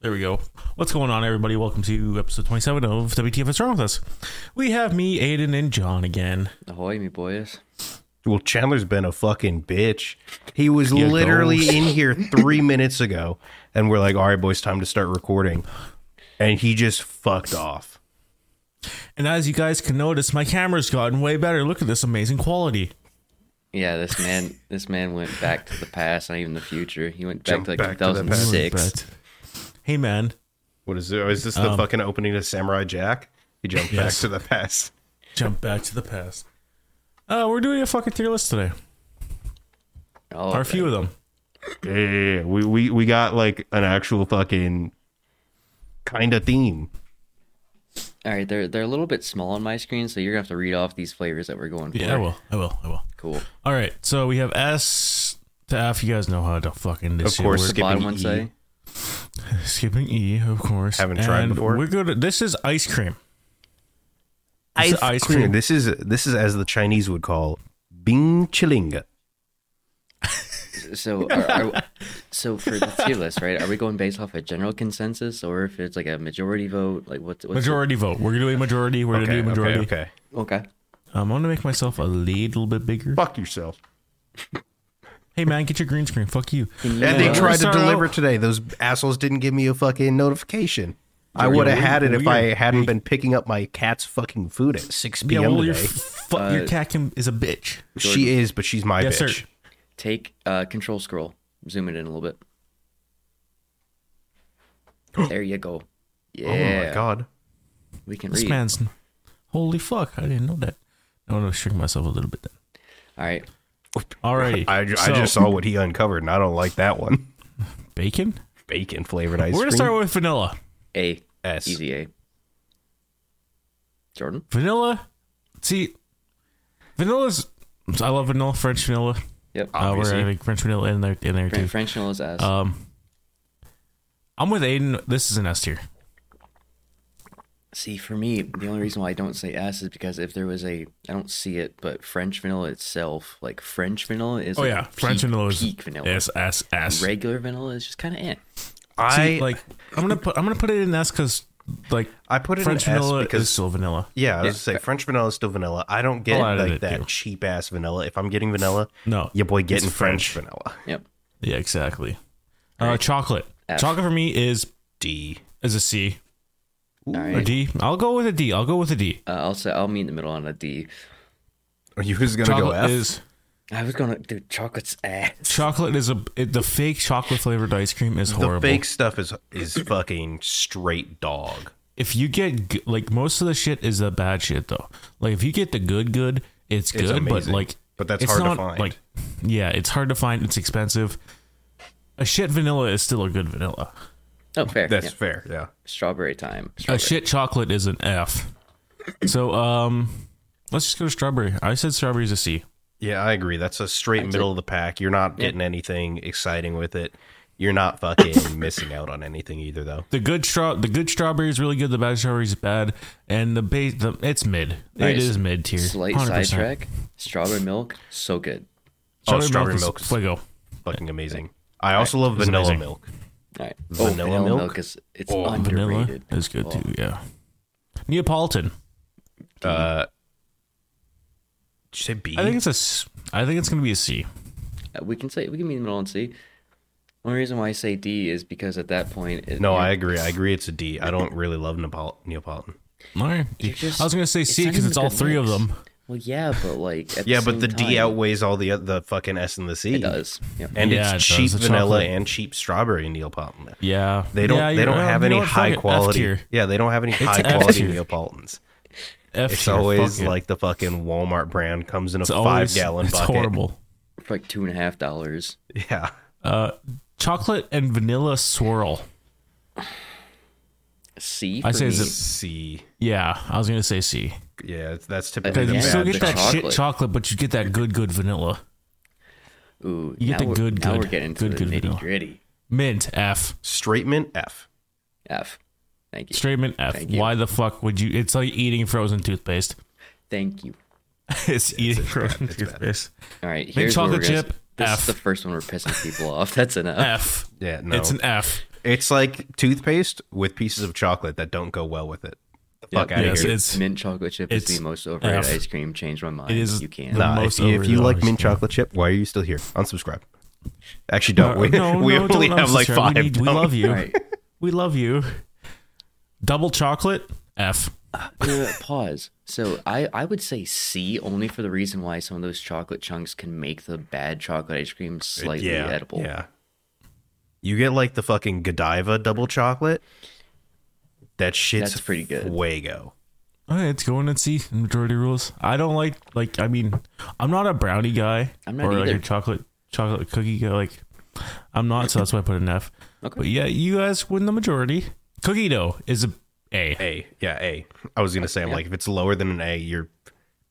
There we go. What's going on, everybody? Welcome to episode 27 of WTF Wrong With Us. We have me, Aiden, and John again. Ahoy, me boys. Well, Chandler's been a fucking bitch. He was Yeah, literally goals. in here three minutes ago, and we're like, all right, boys, time to start recording. And he just fucked off. And as you guys can notice, my camera's gotten way better. Look at this amazing quality. Yeah, this man, this man went back to the past, not even the future. He went back Jump to like back to the past. 2006. Hey, man. What is it? Is this the fucking opening of Samurai Jack? He jumped Yes. back to the past. Jump back to the past. Uh, we're doing a fucking tier list today. oh, Are a few of them. Yeah, yeah, yeah. We, we, we got like an actual fucking kind of theme. All right, they're they're a little bit small on my screen, so you're gonna have to read off these flavors that we're going for. Yeah, I will. I will. I will. Cool. All right. So we have S to F. You guys know how to fucking this Of shit course. works. What's the bottom Skipping one E. say? Skipping E, of course. Haven't tried And before. We're good. This is ice cream. This is ice cream. This is this is as the Chinese would call Bing Chilinga. So, are, are, so for the tier list, right? Are we going based off a general consensus, or if it's like a majority vote? Like what's, what's the- Majority vote. We're gonna do a majority. We're gonna do a majority. okay. okay. Um, I'm gonna make myself a little bit bigger. Fuck yourself. Hey man, get your green screen. Fuck you. And they Yeah. tried to Start deliver out- today. Those assholes didn't give me a fucking notification. I Yeah, would have we- had it if we- I hadn't been picking up my cat's fucking food at 6 Yeah, p.m. well, your today. fu- Uh, your cat can, is a bitch. she is, but she's my Yes, bitch. sir. Take uh, control scroll, zoom it in a little bit. There you go. Yeah. Oh my god. We can This read. man's holy fuck. I didn't know that. I want to shrink myself a little bit. Then. All right. Alrighty. I, so, I just saw what he uncovered, and I don't like that one. bacon. Bacon flavored ice We're gonna cream. start with vanilla. A. S. Easy A. Jordan? Vanilla. See, vanilla's. I love vanilla French vanilla. Uh, Yep. we're Obviously. adding French vanilla in there in there Fran- too. French vanilla is S. Um, I'm with Aiden. This is an S tier. see, for me, the only reason why I don't say S is because if there was a, I don't see it, but French vanilla itself, like French vanilla is Oh like yeah, peak- French vanilla is peak vanilla. S S S. Regular vanilla is just kind of eh. I See, like I'm gonna put I'm gonna put it in S because like I put it in French S vanilla because- is still vanilla. Yeah, I was gonna say French vanilla is still vanilla. I don't get Oh, I did like it that too. cheap ass vanilla. If I'm getting vanilla, No, your boy getting it's French. French. vanilla. Yep. Yeah, exactly. Uh, chocolate. F. Chocolate for me is D. is a C. All A right. D. I'll go with a D. I'll go with a D. Uh, I'll say I'll meet in the middle on a D. Are you just gonna go Chocolate F? is I was gonna do chocolate's ass. chocolate is a it, the fake chocolate flavored ice cream is horrible. The fake stuff is is fucking straight dog. if you get g- like most of the shit is the bad shit though. Like if you get the good good, it's good, but amazing. like But that's it's hard to not, find. Like yeah, it's hard to find. It's expensive. A shit vanilla is still a good vanilla. Oh, fair. That's yeah. fair. Yeah. Strawberry time. Strawberry. A shit chocolate is an F. So um, let's just go to strawberry. I said strawberry is a C. Yeah, I agree. That's a straight middle of the pack. You're not getting anything exciting with it. You're not fucking missing out on anything either, though. The good straw, the good strawberry is really good. The bad strawberry is bad, and the base, the it's mid. Nice. It is mid tier. Slight 100%. sidetrack. Strawberry milk, so good. Oh, strawberry is milk is- fuego. Fucking amazing. I also love It's vanilla amazing. milk. All right. Oh, Vanilla milk? is it's Oh, Vanilla underrated. is good too. Yeah. Neapolitan. Uh, did you say B? I think it's a. s- I think it's gonna be a C. Uh, We can say we can meet in the middle and see. Only reason why I say D is because at that point, it, no, you're- I agree. I agree. It's a D. I don't really love Nepal- Neapolitan. All right. you're just- I was gonna say C not because even it's a all good three mix. of them. Well, yeah, but like at Yeah, but same the D time, outweighs all the oth- the fucking S and the C. it does. Yep. And Yeah, it it's does. cheap The vanilla chocolate. and cheap strawberry Neapolitan. Yeah. They don't. Yeah, they don't you're- have you know any what? Fuck high it. F quality. tier. Yeah, they don't have any high F quality tier. Neapolitans. F It's tier, always fuck it. like the fucking Walmart brand comes in a It's five always- gallon It's bucket. horrible. for like two and a half dollars. Yeah, Chocolate and vanilla swirl. C. I for say it's me. a- C. Yeah, I was gonna say C. Yeah, it's- that's Uh, Because typically the you yeah. still bad get that thing. shit Chocolate. chocolate, but you get that good, good vanilla. Ooh, You get now the we're- good, Now good- we're getting to good, the good vanilla. nitty gritty. Mint F. Straight mint F. F. Thank you. Straight mint F. Thank you. Why the fuck would you? It's like eating frozen toothpaste. Thank you. it's eating frozen bad, it's bad. toothpaste. All right, here's chocolate where we're gonna- chip, This F. is the first one we're pissing people off. That's enough. F. Yeah, no. It's an F. It's like toothpaste with pieces of chocolate that don't go well with it. The fuck out of yes, here. it's mint chocolate chip is it's the most overrated F. ice cream. Changed my mind. It is you can't. the Nah, most if, you- if you overrated, like mint obviously. chocolate chip, why are you still here? Unsubscribe. Actually, don't. we Uh, no, we no, don't only have like unsubscribe. five. We, need- we don't- love you. Right. We love you. Double chocolate F. Uh, pause. So I, I would say C only for the reason why some of those chocolate chunks can make the bad chocolate ice cream slightly yeah, edible. Yeah. You get like the fucking Godiva double chocolate. That shit's That's pretty good. Fuego. All right, it's going at C. Majority rules. I don't like like. I mean, I'm not a brownie guy I'm not or like either. a chocolate chocolate cookie guy. Like, I'm not, so that's why I put an F. Okay. But yeah, you guys win the majority. Cookie dough is a A. A. Yeah, A. I was gonna say, I'm like, if it's lower than an A, you're.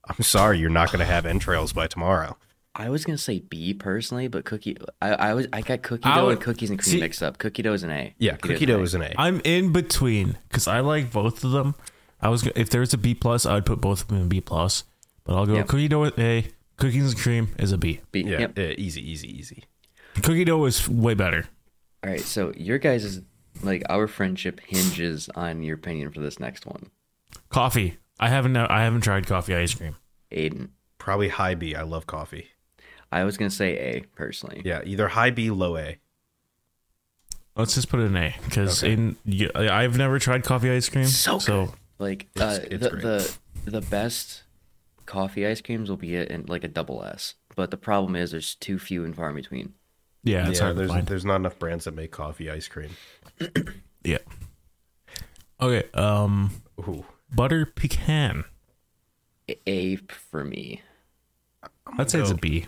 I'm sorry, you're not gonna have entrails by tomorrow. I was gonna say B personally, but cookie. I, I was I got cookie I dough would- and cookies and cream see- mixed up. Cookie dough is an A. Yeah, cookie dough is an Uh, A. I'm in between because I like both of them. I was go- if there's a B plus, I'd put both of them in B plus. But I'll go Yep. cookie dough with A. Cookies and cream is a B. B. Yeah, Yep. yeah, easy, easy, easy. Cookie dough is way better. All right. So your guys is like our friendship hinges on your opinion for this next one, Coffee. I haven't I haven't tried coffee ice cream. Aiden. Probably high B. I love coffee. I was gonna say A personally. Yeah, either high B, low A. Let's just put it in A because in you, I- I've never tried coffee ice cream. So so Like It's- uh, it's the, great. the the best coffee ice creams will be a, in like a double S, but the problem is there's too few and far in between. yeah, it's yeah, hard to there's find. there's not enough brands that make coffee ice cream. Yeah. Okay. Um, Ooh, butter pecan. A- A for me. I'd say it's a go- B.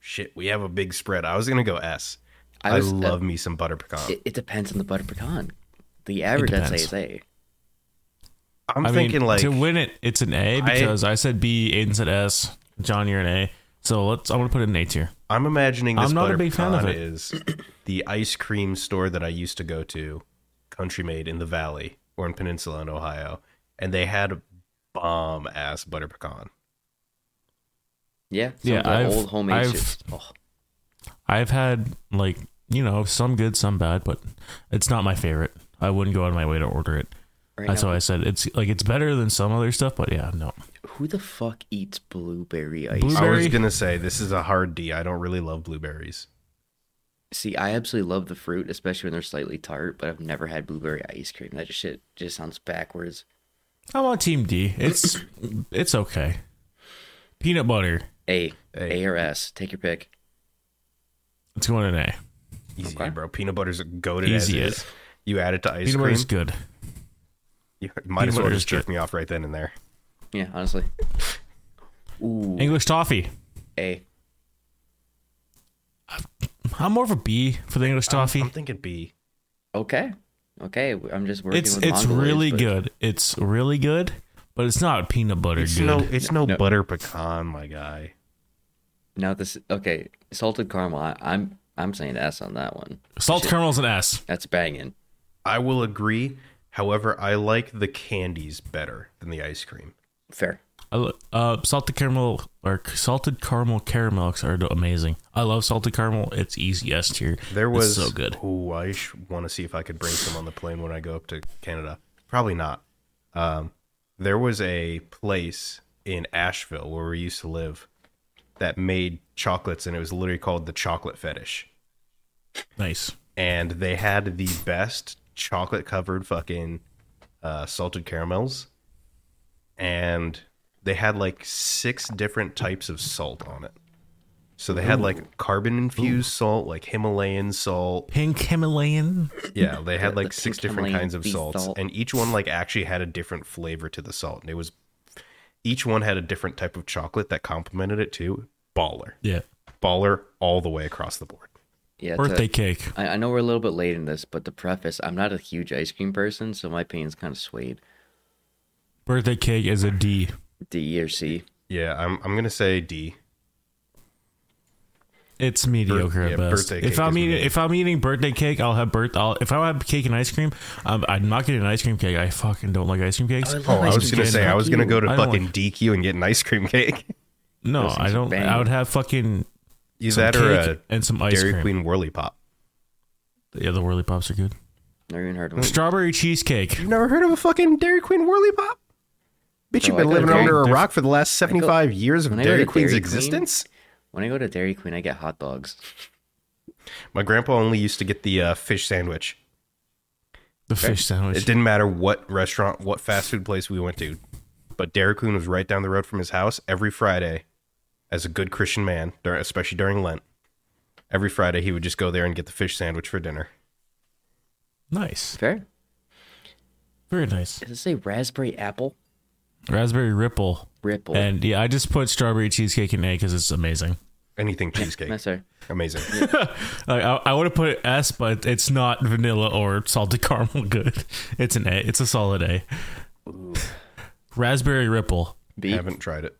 shit, we have a big spread. I was gonna go S. I I was- uh, love me some butter pecan. It, it depends on the butter pecan. The average I'd say depends. is A. I'm I thinking mean, like to win it, it's an A because I, said B, Aiden said S, John, you're an A. So let's. I'm gonna put it in A tier. I'm imagining this I'm not a butter big fan of pecan it. is the ice cream store that I used to go to, Country Made in the Valley or in Peninsula in Ohio, and they had bomb ass butter pecan. Yeah. Some Yeah, of the I've- old homemade I've- shit's- oh. I've had like you know some good, some bad, but it's not my favorite. I wouldn't go out of my way to order it. Right That's now, why I said it's like it's better than some other stuff, but yeah, no. Who the fuck eats blueberry ice? Blue- I was Blueberry. gonna say this is a hard D. I don't really love blueberries. See, I absolutely love the fruit, especially when they're slightly tart, but I've never had blueberry ice cream. That shit just sounds backwards. I'm on Team D. It's it's okay. Peanut butter. A, A. A, or S, take your pick. It's going in A. Easy, Okay. bro. Peanut butter's goaded Easy as as. is. You add it to ice Peanut butter cream. is good. You might as well butter is just jerk good. me off right then and there. Yeah, honestly. Ooh, English toffee. A. I'm more of a B for the English toffee. I'm thinking B. Okay, okay. I'm just working. it's with it's Mongoloids, really but good. It's really good, but it's not peanut butter It's good. no, it's no, No. butter pecan, my guy. Now this, okay, salted caramel. I, I'm I'm saying S on that one. Salt caramel's an S. That's banging. I will agree. However, I like the candies better than the ice cream. Fair. I lo- Uh, salted caramel or c- salted caramel caramels are amazing. I love salted caramel. It's easy S tier. There was it's so good. Ooh, I sh- want to see if I could bring some on the plane when I go up to Canada. Probably not. Um, there was a place in Asheville where we used to live that made chocolates, and it was literally called the Chocolate Fetish. Nice. And they had the best chocolate covered fucking uh, salted caramels, and they had like six different types of salt on it. So they had like carbon infused salt, like Himalayan salt, Pink Himalayan. yeah, they had the like six pink different Himalayan kinds of sea salts, salt. and each one like actually had a different flavor to the salt, and it was each one had a different type of chocolate that complemented it too. Baller, Yeah. baller all the way across the board. Yeah. it's a- Birthday cake. I, I know we're a little bit late in this, but the preface, I'm not a huge ice cream person, so my opinion's kind of swayed. Birthday cake is a D. D E, or C. Yeah, I'm I'm gonna say D. It's mediocre yeah, at best. birthday cake If I'm is eating, mediocre. if I'm eating birthday cake, I'll have birth. I'll, if I have cake and ice cream, I'm, I'm not getting an ice cream cake. I fucking don't like ice cream cakes. I love Oh, I ice cream was gonna cake. say I was Fuck gonna you. go to I don't fucking DQ and get an ice cream cake. no, those I things don't. bang. I would have fucking Either some that or cake a and some ice Dairy cream. Queen whirly pop. Yeah, the whirly pops are good. Never even Mm. heard of them. Strawberry cheesecake. You've never heard of a fucking Dairy Queen Whirly Pop? Bitch, you've I go been to living Dairy- under a rock for the last go- 75 years of when I go Dairy to Queen's Dairy Queen- existence? When I go to Dairy Queen, I get hot dogs. My grandpa only used to get the uh, fish sandwich. The fish It sandwich. didn't matter what restaurant, what fast food place we went to, but Dairy Queen was right down the road from his house every Friday. As a good Christian man, dur especially during Lent, every Friday he would just go there and get the fish sandwich for dinner. Nice. Fair? Very nice. Does it say raspberry apple? Raspberry ripple. Ripple. And yeah, I just put strawberry cheesecake in A because it's amazing. Anything no, cheesecake, sorry. amazing. Like, I, I would have put S, but it's not vanilla or salted caramel good. It's an A. It's a solid A. Raspberry ripple. B. Haven't tried it.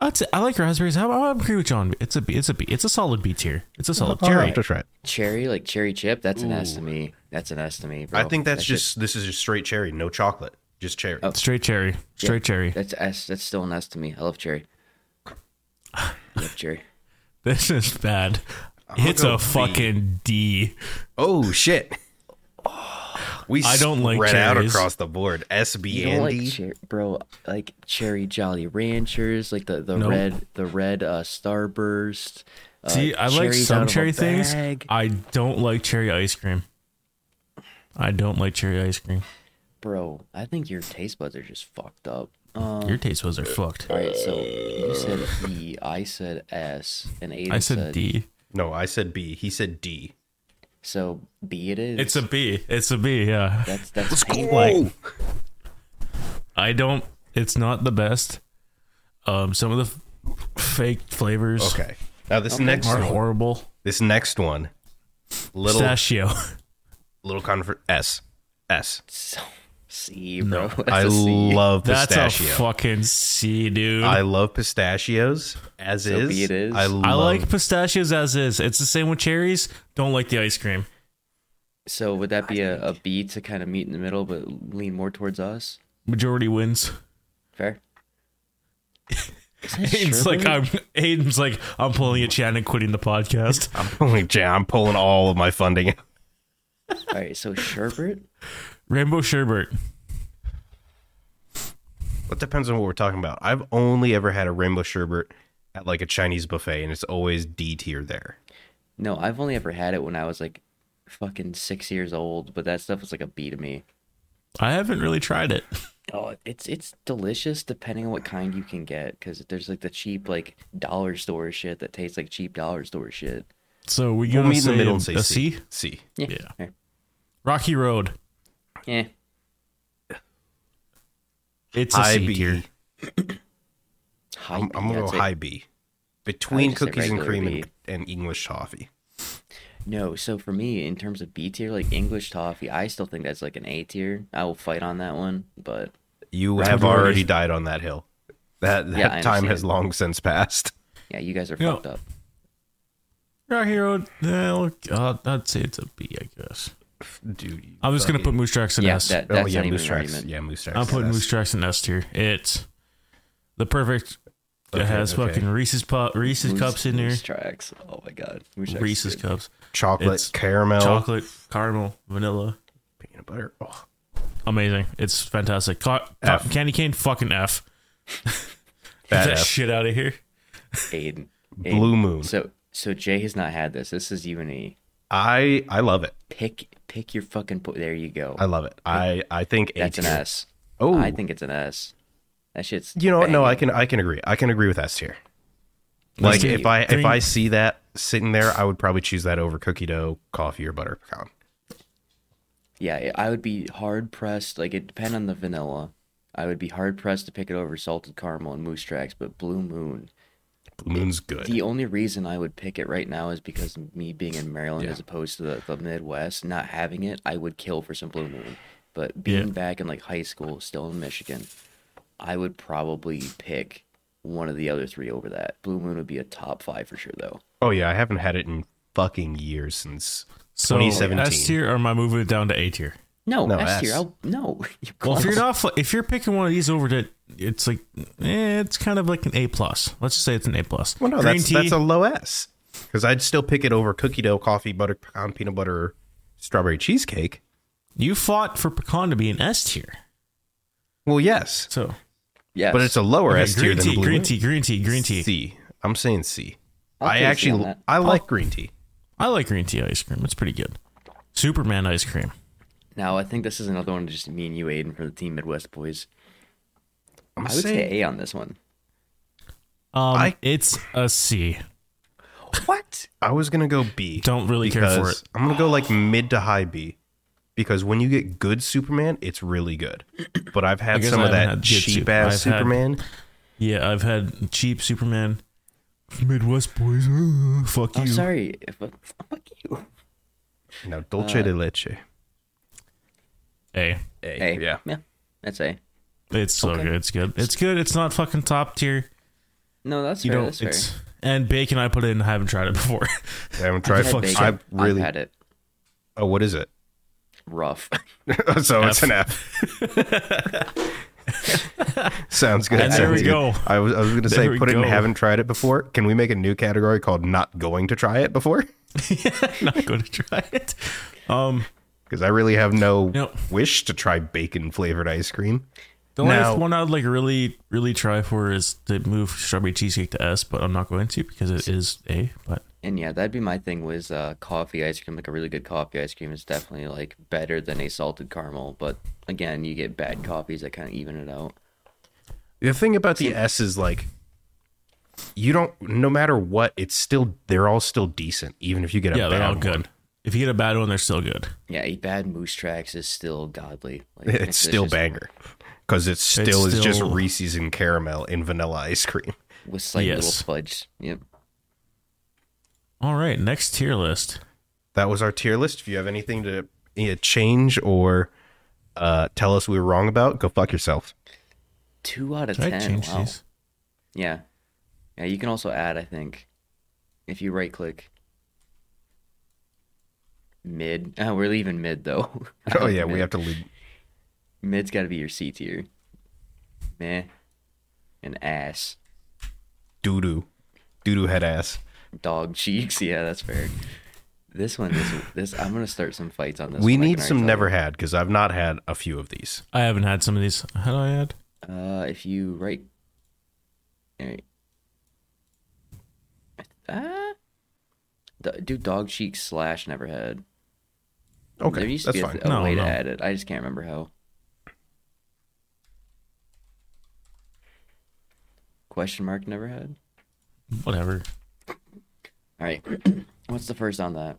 That's, I like raspberries. I, I agree with John. It's a B. It's a B. It's a solid B tier. It's a solid tier. to try it. Cherry, like cherry chip? That's an S to me. That's an S to me, bro. I think that's That shit- just this is just straight cherry, no chocolate, just cherry. Oh. Straight cherry. Straight cherry. That's S. That's still an S to me. I love cherry. I love cherry. This is bad. gonna It's go a B. fucking D. Oh shit. We I don't like spread out cherries. across the board. S B You don't and like D. cherry, bro? Like cherry Jolly Ranchers, like the the Nope. red the red uh, Starburst. Uh, See, I like cherries out some of a cherry things. bag. I don't like cherry ice cream. I don't like cherry ice cream. bro. I think your taste buds are just fucked up. Um, Your taste buds are fucked. all right, so you said E, I said S, and Aiden I said D. No, I said B. He said D. So B it is. It's a B. It's a B. Yeah. that's that's painful. Like, I don't. It's not the best. Um, some of the f- fake flavors Oh. Okay. Now this next are one, horrible. this next one, little Pistachio. little convert S S. So, C, bro. That's I a C. love That's pistachio. a fucking C, dude. I I, love pistachios as is. be it is. I I love like pistachios as is. It's the same with cherries. Don't like the ice cream. So would that be a, a B to kind of meet in the middle, but lean more towards us? Majority wins. Fair. Is that Aiden's sherbet? like I'm. Aiden's like I'm pulling a Chad and quitting the podcast. I'm pulling, yeah, I'm pulling all of my funding. All right, so sherbet. Rainbow sherbet. It depends on what we're talking about. I've only ever had a rainbow sherbet at like a Chinese buffet, and it's always D tier there. No, I've only ever had it when I was like fucking six years old, but that stuff was like a B to me. I haven't really tried it. Oh, it's it's delicious depending on what kind you can get, because there's like the cheap like dollar store shit that tastes like cheap dollar store shit. So we We'll gonna meet in say the middle and a, say a C. C? C. Yeah. Yeah. fair. Rocky Road. Yeah. It's a High C B. tier. High I'm, B, I'm gonna I'd go say. high B. Between just say cookies and regular cream B. and, and English toffee. No, so for me, in terms of B tier, like English toffee, I still think that's like an A tier. I will fight on that one, but You That's have what it already is. died on that hill. That that Yeah, I time understand. has long since passed. yeah, you guys are No. fucked up. Rocky Road. eh, look, uh, I'd say it's a B, I guess. Dude, you I'm just gonna put fucking- Moose Tracks in Yeah, S. that, Oh that's yeah, not even moose an tracks. argument. Yeah, moose tracks. I'm putting Yes. Moose Tracks in S tier. It's the perfect. it Okay, has okay. fucking Reese's pop, Reese's Moose- cups in there. Moose tracks. Oh my god. Moose tracks is Reese's good. cups, chocolate, It's caramel, chocolate, caramel, vanilla. peanut butter. Oh, Amazing. It's fantastic. Ca- ca- F. candy cane, fucking F. Get Fat that F. shit out of here. Aiden. Aiden. Blue moon. So so Jay has not had this. This is you and E. I I love it. Pick pick your fucking po- there you go. I love it. I I think A that's an tier. S. Oh, I think it's an S. That shit's you know what? No, I banging. can I can agree. I can agree with S tier. Like tier. if I if Green- I see that sitting there, I would probably choose that over cookie dough, coffee, or butter pecan. Yeah, I I would be hard pressed. Like it depend on the vanilla. I would be hard pressed to pick it over salted caramel and moose tracks, but Blue Moon. Blue moon's good. The only reason I would pick it right now is because of me being in Maryland Yeah. as opposed to the, the Midwest, not having it, I would kill for some Blue Moon. But being back in like high school, still in Michigan, I would probably pick one of the other three over that. Blue Moon would be a top five for sure, though. Oh yeah, I haven't had it in fucking years since So 2017. S tier, or am I moving it down to A tier? No, No, S tier. S. I'll- No, you Well, if you're not, fl- if you're picking one of these over to, it's like, eh, it's kind of like an A plus. Let's just say it's an A plus. Well, no, that's that's a low S. Because I'd still pick it over cookie dough, coffee, butter, pecan, peanut butter, strawberry cheesecake. You fought for pecan to be an S tier. Well, yes, So Yes. but it's a lower Okay, S tier green than tea, blue. green Moon. tea, green tea, green tea. C. I'm saying C. I'll I put a C on actually that. Oh. I like green tea. I like green tea ice cream. It's pretty good. Superman ice cream. Now I think this is another one just me and you, Aiden, from the Team Midwest Boys. I'm I would saying say A on this one. Um, I- it's a C. What? I was gonna go B. Don't really care for because it. I'm gonna go like mid to high B, because when you get good Superman, it's really good. But I've had guess some I of haven't that had good cheap Sup- ass I've had- Uh, Superman. Yeah, I've had cheap Superman. Midwest boys, uh, fuck I'm you. Oh, sorry. If- Fuck you. No, dulce de leche. Hey, A. Yeah. Yeah. That's A. it's so Okay. good. It's good. It's good. It's not fucking top tier. No, that's You fair. don't. That's fair. It's and bacon. I put in. I haven't tried it before. I haven't I've tried. had fuck bacon. I've really. I've had it Oh, what is it? rough. so it's an F. sounds good. And there sounds we good. go. I was, I was going to say, There we put it in go. haven't tried it before. Can we make a new category called not going to try it before? not going to try it. Um, Because I really have no No. wish to try bacon flavored ice cream. the only Now- one I'd like really, really try for is to move strawberry cheesecake to S, but I'm not going to because it is A. But and yeah, that'd be my thing was uh, coffee ice cream. Like a really good coffee ice cream is definitely like better than a salted caramel. But again, you get bad coffees that kind of even it out. The thing about the S is like, you don't. No matter what, it's still they're all still decent, even if you get a yeah, bad they're all one. good. If you get a bad one, they're still good. Yeah, a bad moose tracks is still godly. Like, It's, still just banger because it still is just still- Reese's and caramel in vanilla ice cream. with slight little Yes. fudge. Yep. All right, next tier list. that was our tier list. If you have anything to eh, change or uh, tell us we were wrong about, go fuck yourself. Two out of Did I ten. change wow. these? Yeah. Yeah, you can also add, I think, if you right click. Mid. Oh, we're leaving mid though. Oh yeah, we have to leave. Mid's got to be your C tier. Meh. An ass. Doo doo, doo doo head ass. Dog cheeks. Yeah, that's fair. This one is this. I'm gonna start some fights on this. We one, I need can some already never had because I've not had a few of these. I haven't had some of these. How do I add? tell you. Uh, if you right. All right. Ah. Do- Do dog cheeks slash never had. There Okay, used to that's be a, fine. a No, way no. to add it. I just can't remember how. Question mark never had. Whatever. All right. What's the first on that?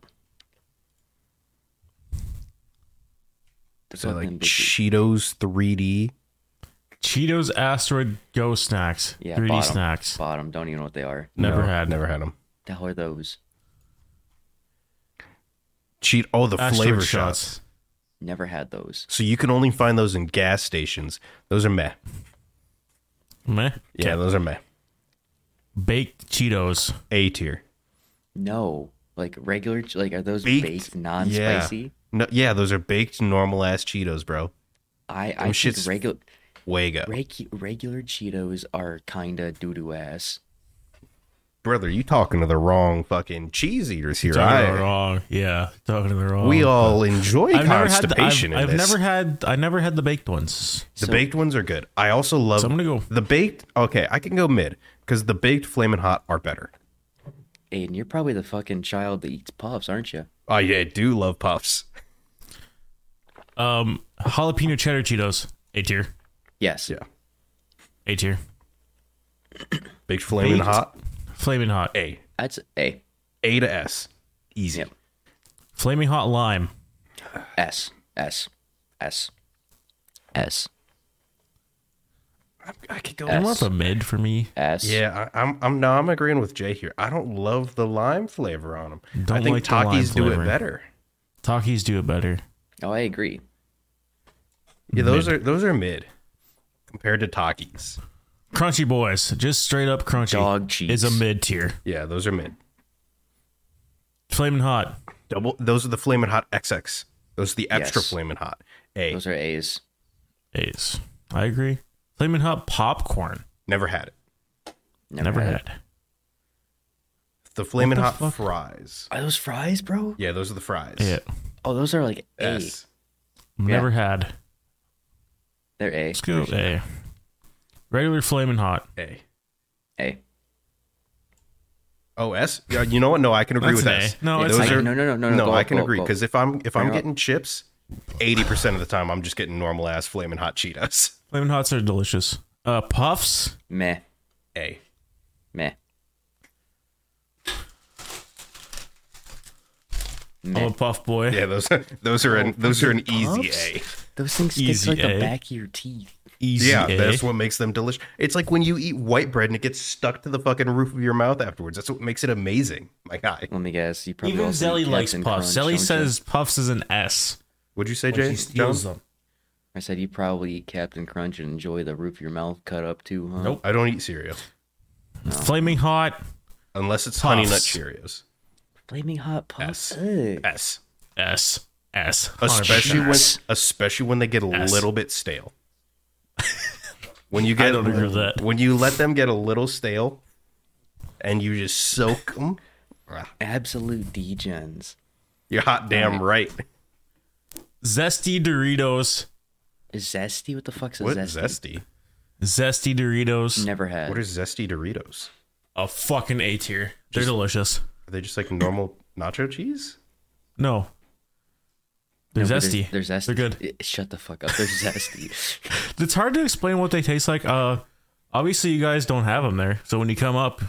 The So like Brooklyn Big- Cheetos 3D. Cheetos Asteroid Go Snacks. Yeah, 3D bottom. snacks. bottom. Don't even know what they are. Never No, had. Never had them. The hell are those? Cheat. Oh, the Asteroid flavor shots. shots. Never had those. So you can only find those in gas stations. Those are meh. Meh. Yeah, those are meh. Baked Cheetos. A tier. No, like regular. ch- Like are those Baked? baked, non-spicy? Yeah. No, yeah, those are baked normal ass Cheetos, bro. I I Them think Oh, shits- uh, regular Wego. regu- regular Cheetos are kinda doo doo ass. brother, you talking to the wrong fucking cheese eaters here. Talking to the I, wrong. Yeah, talking to the wrong. we all enjoy I've never had. The, I've, constipation. I've in this. never had. I never had the baked ones. the So- baked ones are good. I also love So I'm gonna go. the baked. Okay, I can go mid because the baked flamin' hot are better. Aiden, you're probably the fucking child that eats puffs, aren't you? I yeah, do love puffs. Um, jalapeno cheddar Cheetos. A tier. Yes. Yeah, A tier. baked flamin' Baked. hot Flaming hot. A That's A. A to S, easy. Yep. Flaming hot lime. S. S. S. S. I could go. I S. want the mid for me. S. Yeah, I, I'm. I'm. No, I'm agreeing with Jay here. I don't love the lime flavor on them. I Don't think like the lime Takis do it flavoring. better. Takis do it better. Oh, I agree. Yeah, those are those are mid compared to Takis. Crunchy boys. Just straight up crunchy. Dog cheese. Is a mid tier. Yeah, those are mid. Flaming hot. Double. Those are the flaming hot XX. Those are the extra Yes. flaming hot. A Those are A's. A's. I agree. Flaming hot popcorn. never had it. Never had. The flaming the hot fuck? fries. Are those fries, bro? Yeah, those are the fries. Yeah. Oh, those are like A. S. Never had. They're A. Let's go. A. Regular flaming hot. A. A. Oh, S. Yeah, you know what? No, I can agree That's with an S. A. No, it's those an A. are No, no, no, no, no, go I up, can go up, agree go up. because if I'm if I'm Bring it up. getting chips, eighty percent of the time I'm just getting normal ass flaming hot Cheetos. Flaming hots are delicious. Uh, puffs. Meh. A. Meh. I'm Meh. a puff boy. Yeah, those those are Oh, an those are an easy A. Those things stick Easy to like A. the back of your teeth. Easy. Yeah, A. that's what makes them delicious. It's like when you eat white bread and it gets stuck to the fucking roof of your mouth afterwards. That's what makes it amazing. My guy, Let me guess. You probably Even also Zelly eat likes Captain puffs. Crunch, Zelly don't you? says puffs is an S. would you say, Jay? Jones? them. I said you probably eat Captain Crunch and enjoy the roof of your mouth cut up too, huh? Nope. I don't eat cereal Flaming hot. unless it's honey nut Puffs. Cheerios. Flaming hot puffs. S. Ugh. S. S. S. Especially when, 100%. especially when they get a S. little bit stale. when you get, don't agree with that. When you let them get a little stale, and you just soak them, Absolute degens. you're hot damn right. zesty Doritos. Is zesty? What the fuck's a What zesty? Zesty zesty? Doritos. Never had. What are zesty Doritos? A fucking A tier. They're delicious. Are they just like normal nacho cheese? No. They're No, but zesty. They're, zesty. They're good. Eh, Shut the fuck up. They're zesty. It's hard to explain what they taste like. Uh, obviously you guys don't have them there, so when you come up,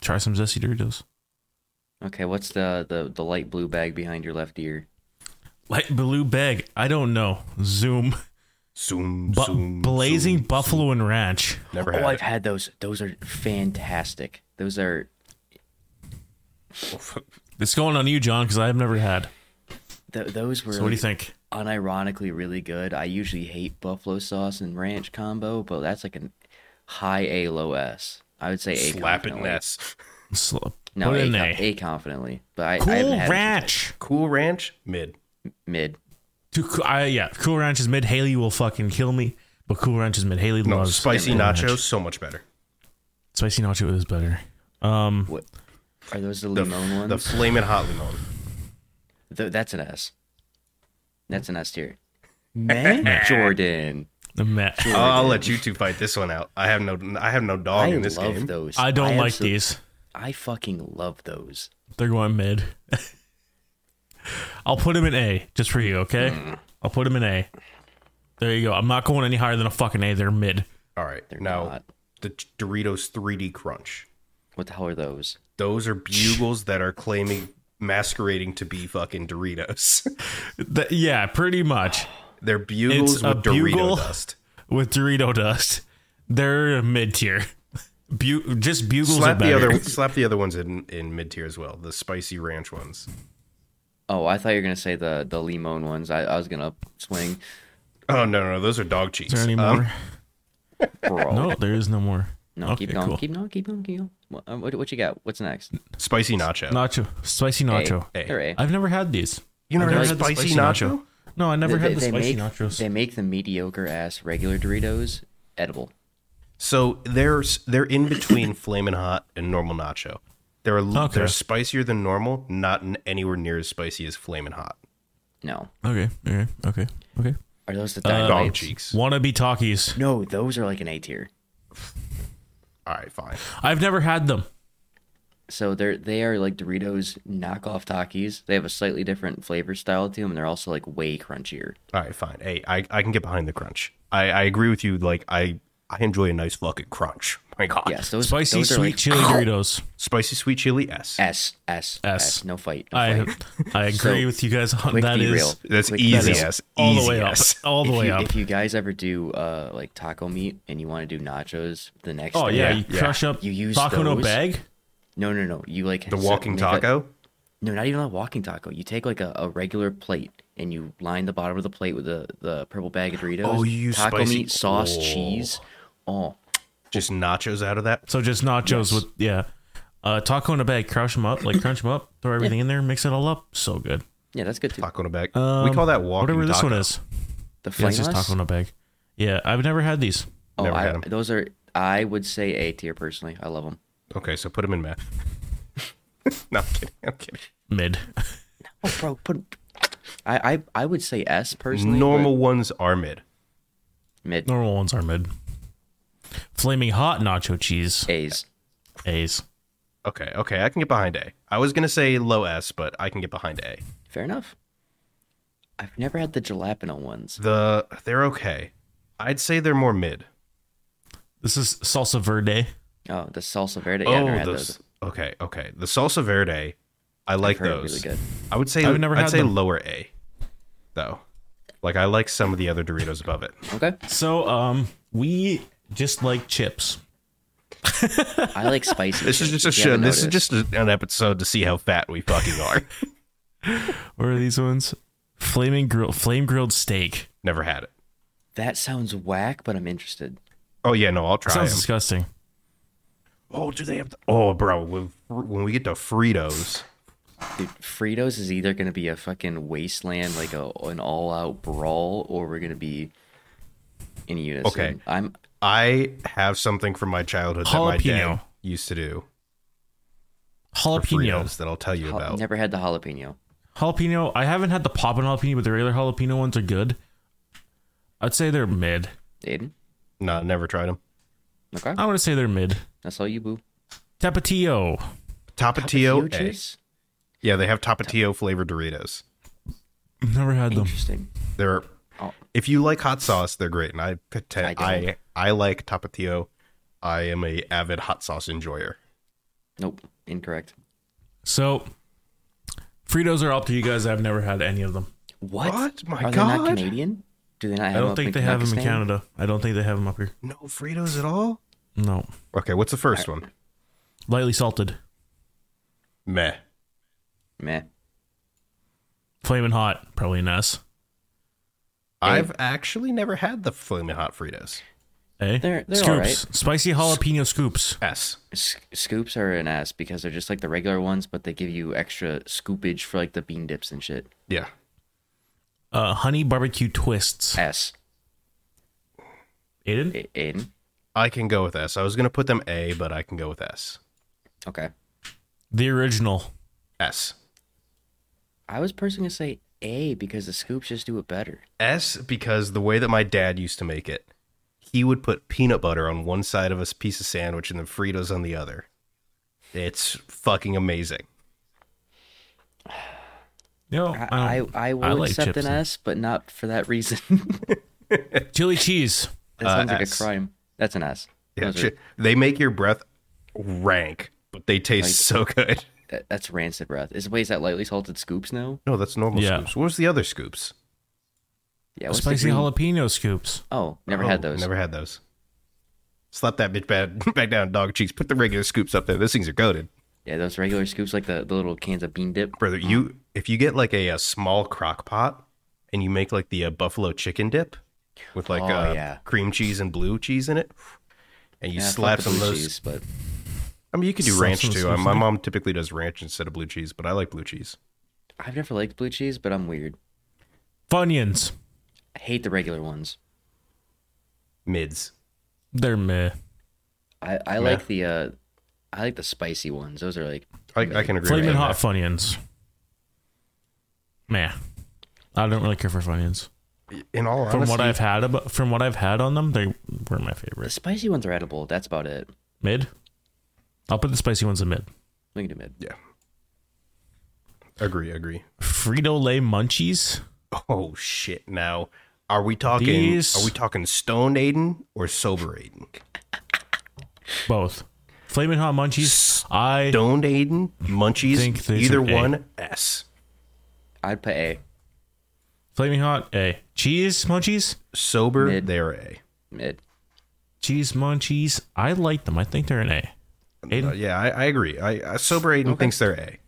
try some zesty Doritos. okay, what's the, the the light blue bag behind your left ear? Light blue bag. I don't know. Zoom. Zoom, Bu- zoom, blazing zoom. buffalo and ranch. Never oh, had. I've had those. Those are fantastic. Those are It's going on you, John, because I've never had. th- those were So what do you think? unironically really good. I usually hate buffalo sauce and ranch combo, but that's like a high A low S. I would say A Slapping confidently. S. Sl- No, put a, in con- A. a confidently. But I, I Cool haven't had it ranch. Cool Ranch mid. since mid. To, Cool- I, yeah, Cool Ranch is mid. Haley will fucking kill me, but Cool Ranch is mid. Haley No, loves spicy Cool Ranch. nachos so much better. Spicy nacho is better. Um, What are those the The, limon f- ones? the flaming hot limon. Th- that's an S. That's an S tier. Jordan. the ma- I'll let you two fight this one out. I have no, I have no dog I in this love game. those. I don't like absolute- these. I fucking love those. They're going mid. I'll put them in A just for you, okay? Mm. I'll put them in A. There you go. I'm not going any higher than a fucking A. They're mid. All right, now not. the Ch- Doritos 3D Crunch. What the hell are those? Those are bugles that are claiming masquerading to be fucking Doritos. Th- yeah, pretty much. They're bugles It's a with Dorito bugle. dust. With Dorito dust, they're mid tier. Bu- just bugles Slap are better. the other, slap the other ones in in mid tier as well. The spicy ranch ones. Oh, I thought you were gonna say the the limon ones. I, I was gonna swing, Oh no, no, no, those are dog cheese. Is there any Uh, Um, more? bro. no, there is no more. oh. No, keep going, keep going, keep going, keep going. What, uh, what, what you got? What's next? spicy nacho. Nacho, spicy nacho. A. They're A. I've never had these. you never I've had the spicy, nacho? No, I never They- had the they spicy make, nachos. They make the mediocre ass regular Doritos edible. So they're s- they're in between flamin' hot and normal nacho. They're a li- Okay. they're spicier than normal, not n- anywhere near as spicy as flamin' hot. No, okay, okay, okay, okay. are those Uh, the Dog dynamite? cheeks. Wannabe talkies. no, those are like an A tier. All right, fine. I've never had them. So they're they are like Doritos knockoff Takis. They have a slightly different flavor style to them, and they're also like way crunchier. All right, fine. Hey, I, I can get behind the crunch. I, I agree with you. Like I I enjoy a nice fucking crunch. My God, Yes, those Spicy those are sweet like chili Doritos. spicy sweet chili S. S, S S S. No fight. No I fight. I agree So, with you guys on Quick that. Is derail. That's Quick easy derail. S. all the Easy way up, Oh, S. all the if way you, up. If you guys ever do uh like taco meat and you want to do nachos, the next oh day, yeah, Yeah, you yeah. crush up You use taco no those. bag. no no no you like The set- walking make a- taco. no not even a walking taco. You take like a, a regular plate and you line the bottom of the plate with the the purple bag of Doritos. Oh, you use taco spicy- meat sauce Oh. cheese. Oh Just nachos out of that. So just nachos with yeah, uh, taco in a bag. Crush them up, like crunch them up. Throw everything in there, mix it all up. So good. yeah, that's good too. Taco in a bag. we Um, call that walking Whatever taco. this one is, The yeah, flameless. it's just taco in a bag. Yeah, I've never had these. oh, Never I, had 'em. those are I would say A tier personally. I love them. Okay, so put them in math. no, I'm kidding. I'm kidding. Mid. Oh, bro, put. I I, I would say S personally. but Normal ones are mid. mid Normal ones are mid. Flaming hot nacho cheese. A's. A's. Okay, okay, I can get behind A. I was gonna say low S, but I can get behind A. Fair enough. I've never had the jalapeno ones. The they're okay. I'd say they're more mid. This is salsa verde. Oh, the salsa verde. Yeah, I've never oh, had those. those. Okay, okay. The salsa verde, I like I've heard those. Really good. I would say I've never I'd had say them. lower A, though. Like I like some of the other Doritos above it. Okay. So um we just like chips. I like spicy. This is shit, just a if you show. haven't This is noticed. just a- an episode to see how fat we fucking are. What are these ones? Flaming grill flame grilled steak. Never had it. That sounds whack, but I'm interested. Oh yeah, no, I'll try Sounds 'em. disgusting. Oh, do they have? The- oh, bro, when- when we get to Fritos, Dude, Fritos is either gonna be a fucking wasteland, like a an all out brawl, or we're gonna be in unison. Okay. I'm I have something from my childhood that my dad Jalapeno. used to do. for Jalapeno. Fritos that I'll tell you ha- about. never had the jalapeno. Jalapeno. I haven't had the poppin' jalapeno, but the regular jalapeno ones are good. I'd say they're mid. Aiden. No, never tried them. Okay. Uh, I want to say they're mid. That's all you boo. Tapatio. Tapatio, Tapatio eh? juice. yeah, they have Tapatio flavored Doritos. Never had them. Interesting. They're Oh. if you like hot sauce, they're great. And I I pretend, don't. I, I like Tapatio. I am a avid hot sauce enjoyer. Nope. Incorrect. So Fritos are up to you guys. I've never had any of them. What? What? My Are they God. not Canadian? Do they not have? I them don't up think in they have them in Pakistan? Canada. I don't think they have them up here. No Fritos at all. No. Okay, what's the first one? Lightly salted. Meh. Meh. Flaming hot. Probably an S. I've actually never had the flaming hot Fritos. Eh? They're- they're scoops. alright. Spicy jalapeno scoops. S. S- scoops are an ass because they're just like the regular ones, but they give you extra scoopage for like the bean dips and shit. Yeah. Uh, honey barbecue twists. S. Aiden? A- Aiden. I can go with S. I was gonna put them A, but I can go with S. Okay. The original. S. I was personally gonna say A because the scoops just do it better. S because the way that my dad used to make it, he would put peanut butter on one side of a piece of sandwich and then Fritos on the other. It's fucking amazing. No. I don't- I, I will Oh, um, like accept chips an and- S, but not for that reason. Chili cheese. that Uh, sounds like S. a crime. That's an S. Yeah, Those are- chi- they make your breath rank, but they taste so good. that- that's rancid breath. Is wait, is that lightly salted scoops now? No, that's normal Yeah. scoops. What was the other scoops? Yeah. What's the Spicy green- jalapeno scoops. Oh, never Oh, had those. Never had those. Slap that bitch back, back down, dog cheeks. Put the regular scoops up there. Those things are goaded. Yeah, those regular scoops like the, the little cans of bean dip. Brother, you if you get like a, a small crock pot and you make like the uh, buffalo chicken dip with like Oh, uh, yeah. cream cheese and blue cheese in it, and you Yeah, fuck slap the some of blue those. cheese, but I mean, you could do Slap ranch some too. stuff Uh, in My it. mom typically does ranch instead of blue cheese, but I like blue cheese. I've never liked blue cheese, but I'm weird. Funyuns. I hate the regular ones. Mids. They're meh. I, I like the uh I like the spicy ones. Those are like I, I can agree. Flaming with hot that. Funyuns. Meh. I don't really care for Funyuns. In all honesty, From what I've had, about, from what I've had on them, they were my the favorite. spicy ones are edible. That's about it. Mid. I'll put the spicy ones in mid. We can do mid. yeah. Agree. Agree. Frito Lay munchies. Oh shit! Now, are we talking? These- Are we talking stoned Aiden or sober Aiden? Both. Flaming hot munchies. I Stoned Aiden, munchies, Think these either are A. one S. I'd put A flaming hot. A cheese munchies. Sober, Mid. they're A. mid. Cheese munchies. I like them. I think they're an A. Uh, Aiden, yeah, I, I agree. I, I sober Aiden thinks they're A.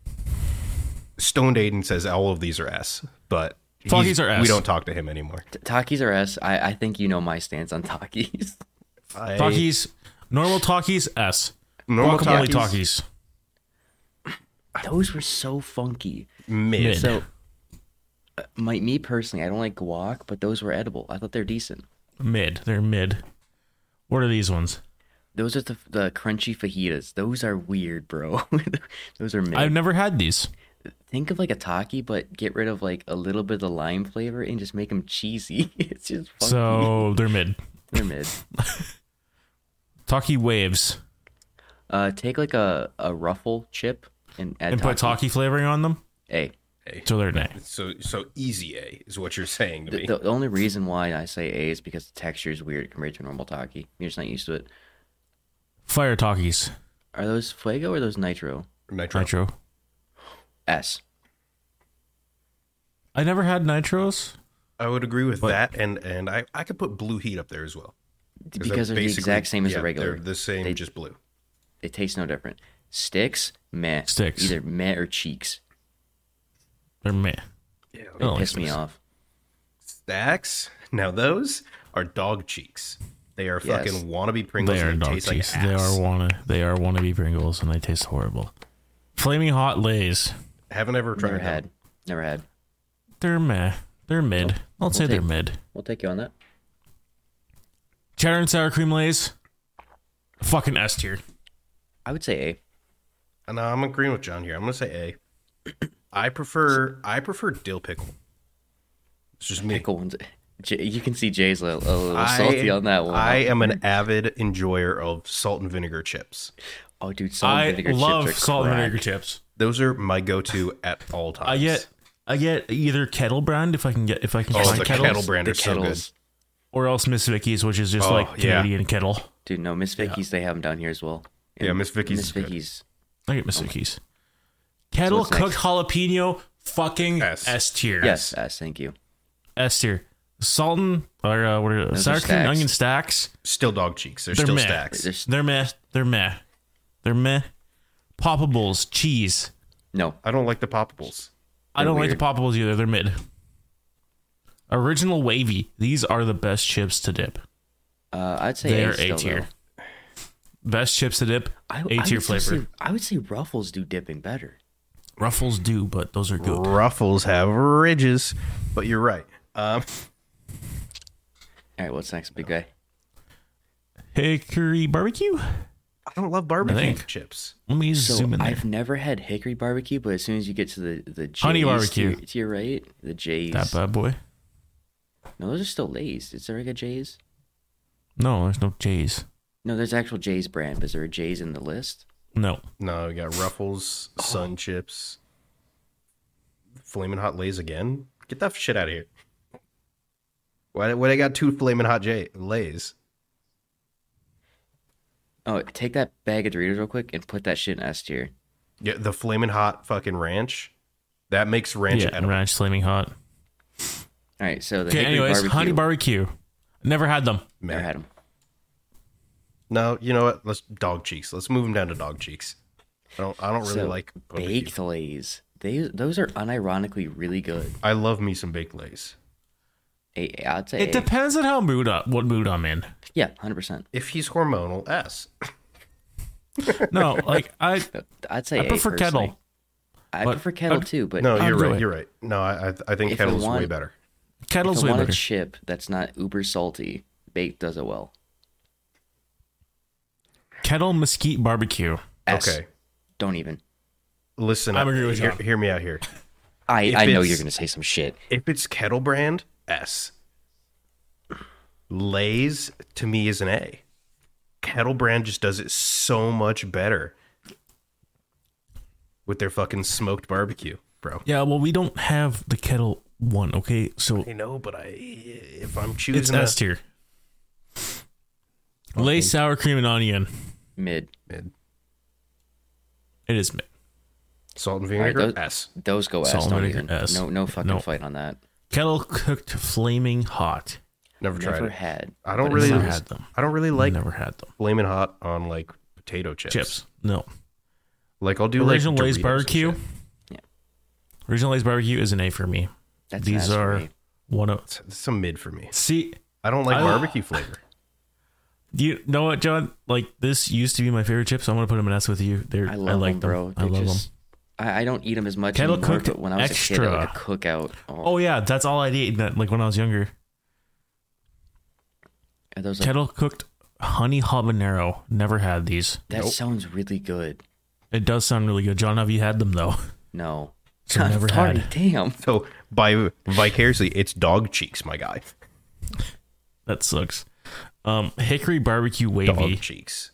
Stoned Aiden says all of these are S, but he's- Foggies are S. We don't talk to him anymore. T- Takis are S. I, I think you know my stance on Takis. I- Takis. Normal Takis. S. normal Guacamole Takis, Takis. Those were so funky. mid. Mid. So uh, my me personally, I don't like guac, but those were edible. I thought they're decent. Mid. They're mid. What are these ones? Those are the, the crunchy fajitas. Those are weird, bro. Those are mid. I've never had these. Think of like a taki, but get rid of like a little bit of the lime flavor and just make them cheesy. it's just funky. So they're mid. They're mid. Taki waves Uh, take like a, a ruffle chip and add and put taki taki. flavoring on them. Hey, So they're nay. So so easy A is what you're saying to the, me. the only reason why I say A is because the texture is weird compared to normal taki. You're just not used to it. Fire takis. Are those fuego or those nitro? Nitro. Nitro. S. I never had nitros. I would agree with that, and and I I could put blue heat up there as well Because they're the basically- exact same as yeah, the regular. They're the same, They- just blue. They taste no different. Sticks, meh. Sticks. Either meh or cheeks. They're meh. Yeah. I don't like Piss me sticks. off. Oh. Stacks. Now those are dog cheeks. They are Yes. fucking wannabe Pringles. They are and dog taste cheese. Like they ass. are wanna. They are wannabe Pringles, and they taste horrible. Flaming hot lays. Haven't ever tried Never them. had. Never had. They're meh. They're mid. I'll say take- they're mid. Oh, We'll take you on that. Cheddar and sour cream lays. Fucking S tier. I would say A. Uh, No, I'm agreeing with John here. I'm gonna say A. I prefer I prefer dill pickle. It's just me. Pickle ones. J- you can see Jay's a, a little I- salty on that one. I am an avid enjoyer of salt and vinegar chips. oh, dude, salt and I vinegar love chips are salt and crack. vinegar chips. Those are my go-to at all times. I get I get either kettle brand if I can get if I can oh, find the kettles, kettle brand The are so good. kettles. or else Miss Vicky's, which is just Oh, like yeah. Canadian kettle. Dude, no, Miss Vicky's, they have them down here as well. Yeah, Miss Vicky's Miss is good. Vicky's. I get Miss Vicky's. Kettle what's cooked next? jalapeno, fucking S. S tier. Yes, S, thank you. S tier. Salt and or uh, what are those? Those sour are cream and stacks. onion stacks. Still dog cheeks. They're, They're still meh. stacks. There's, They're meh. They're meh. They're meh. Poppables, cheese. no, I don't like the poppables. I don't like weird. the poppables either. They're mid. Original wavy. These are the best chips to dip. uh, I'd say They A are A still, though. tier. Best chips to dip. I- I A tier would still flavor. Say, I would say Ruffles do dipping better. Ruffles do, but those are good. Ruffles have ridges, but you're right. Um, All right, what's next, big guy? Hickory barbecue. I don't love barbecue think. chips. Let me So zoom in there. I've never had hickory barbecue, but as soon as you get to the the J's Honey to your- barbecue. to your right, the J's. that bad boy. No, those are still Lay's. Is there like a J's? No, there's no J's. No, there's actual J's brand. But is there a J's in the list? No. No, we got Ruffles, Oh. Sun Chips, Flamin' Hot Lays again. Get that shit out of here. Why? Why they got two Flamin' Hot J- Lays? Oh, take that bag of Doritos real quick and put that shit in S tier. Yeah, the Flamin' Hot fucking ranch. That makes ranch yeah, edible. ranch flaming hot. All right, so the Okay, hickory anyways, barbecue. honey barbecue. Never had them. Man. Never had them. No, you know what? Let's dog cheeks. Let's move them down to dog cheeks. I don't. I don't really so like barbecue. baked Lay's. They those are unironically really good. I love me some baked lays. A, I'd say It A. depends on how mood up, what mood I'm in. yeah, hundred percent. If he's hormonal, S. No, like I, I'd say I A prefer personally. kettle. I but- prefer kettle I'd- too, but No, I'd you're do right. it. You're right. No, I I, I think If I kettle's way want- better. Kettle's if I way want better. a chip that's not uber salty, baked does it well. Kettle mesquite barbecue. S. Okay, Don't even. listen. I'm up. agreeing with hear, John. hear me out here. I, If I know it's- you're gonna say some shit. If it's kettle brand, S. Lay's to me is an A. Kettle brand just does it so much better with their fucking smoked barbecue, bro. Yeah, well, we don't have the kettle one. Okay, so I know, but I if I'm it's choosing a S tier. Lay sour cream and onion. Mid. mid, It is mid. salt and Alright, vinegar, those- S. Those go S. Salt and Don't vinegar, even. S. No, no fucking No. fight on that. Kettle cooked flaming hot. Never tried Never it. had. I don't but really. Never had them. I don't really like Never had them. flaming hot on like potato chips. Chips. No. Like I'll do Original like Lay's Doritos and barbecue. shit. Yeah. Original Lay's barbecue is an A for me. That's an S These for are me. one of It's- It's a mid for me. see. I don't like I- barbecue flavor. You know what, John? Like this used to be my favorite chips. I'm gonna put them in S with you. They're I, I love like them, them. bro. I They love just, them. I, I don't eat them as much Kettle anymore, cooked but when I was a kid, I would extra. cook out. Oh, Oh yeah, that's all I'd eat. That like when I was younger. are those like Kettle cooked honey habanero. Never had these. That sounds really good. It does sound really good. John, have you had them though? No. So never Darn, had. Damn. So by vicariously, it's dog cheeks, my guy. That sucks. Um, hickory barbecue Dog wavy, cheeks.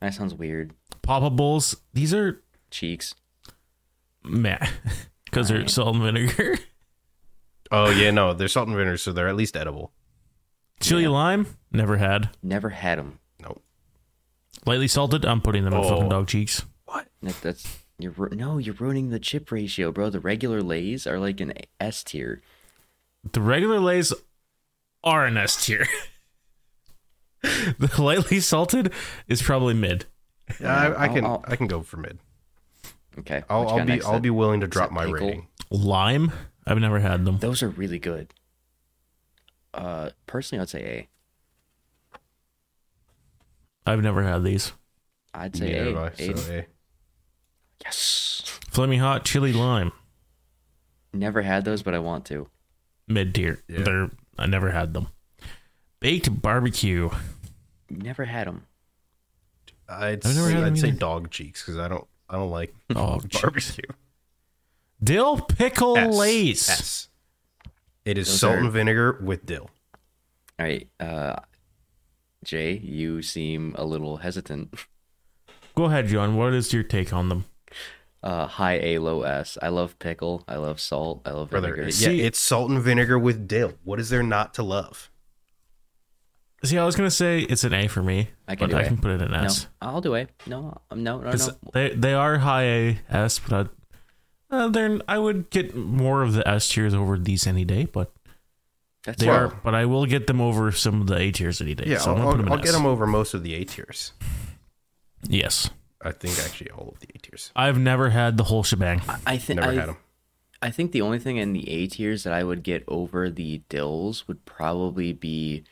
That sounds weird. Papa Bowls. These are Cheeks. meh because they're salt and vinegar. Oh yeah, no, they're salt and vinegar, so they're at least edible. Chili lime. Never had. Never had them. Nope. Lightly salted. I'm putting them in Oh. fucking dog cheeks. That, that's you're ru- no, you're ruining the chip ratio, bro. The regular Lay's are like an S tier. The regular lays are an S tier. the lightly salted is probably mid. Yeah, I, I I'll- can I'll- I can go for mid. Okay. what I'll, you I'll got be next I'll then? be willing to drop that my pickle? rating. Lime. I've never had them. Those are really good. Uh, personally, I'd say I've never had these. A. I'd say Yeah, A. right, Aiden? so, eh. Yes. Flaming hot chili lime. Never had those, but I want to. Mid tier. Yeah. They're I never had them. Baked barbecue. Never had them. I'd, I've never say, had them I'd say either. dog cheeks because I don't I don't like Oh, barbecue. dill pickle S. lace. S. It is Those salt are- and vinegar with dill. All right. Uh, Jay, you seem a little hesitant. Go ahead, John. What is your take on them? Uh, high A, low S. I love pickle. I love salt. I love Brother, vinegar. yeah, it's salt and vinegar with dill. What is there not to love? See, I was gonna say it's an A for me, I can but do I A. can put it in No, S. I'll do A. No, no, no, 'Cause no. They they are high A S, but I, uh, then I would get more of the S tiers over these any day. But That's they fine. are, but I will get them over some of the A tiers any day. Yeah, so i I'll, am gonna put them I'll, in I'll get S. them over most of the A tiers. Yes, I think actually all of the A tiers. I've never had the whole shebang. I think Never I, had 'em. had them. I think the only thing in the A tiers that I would get over the dills would probably be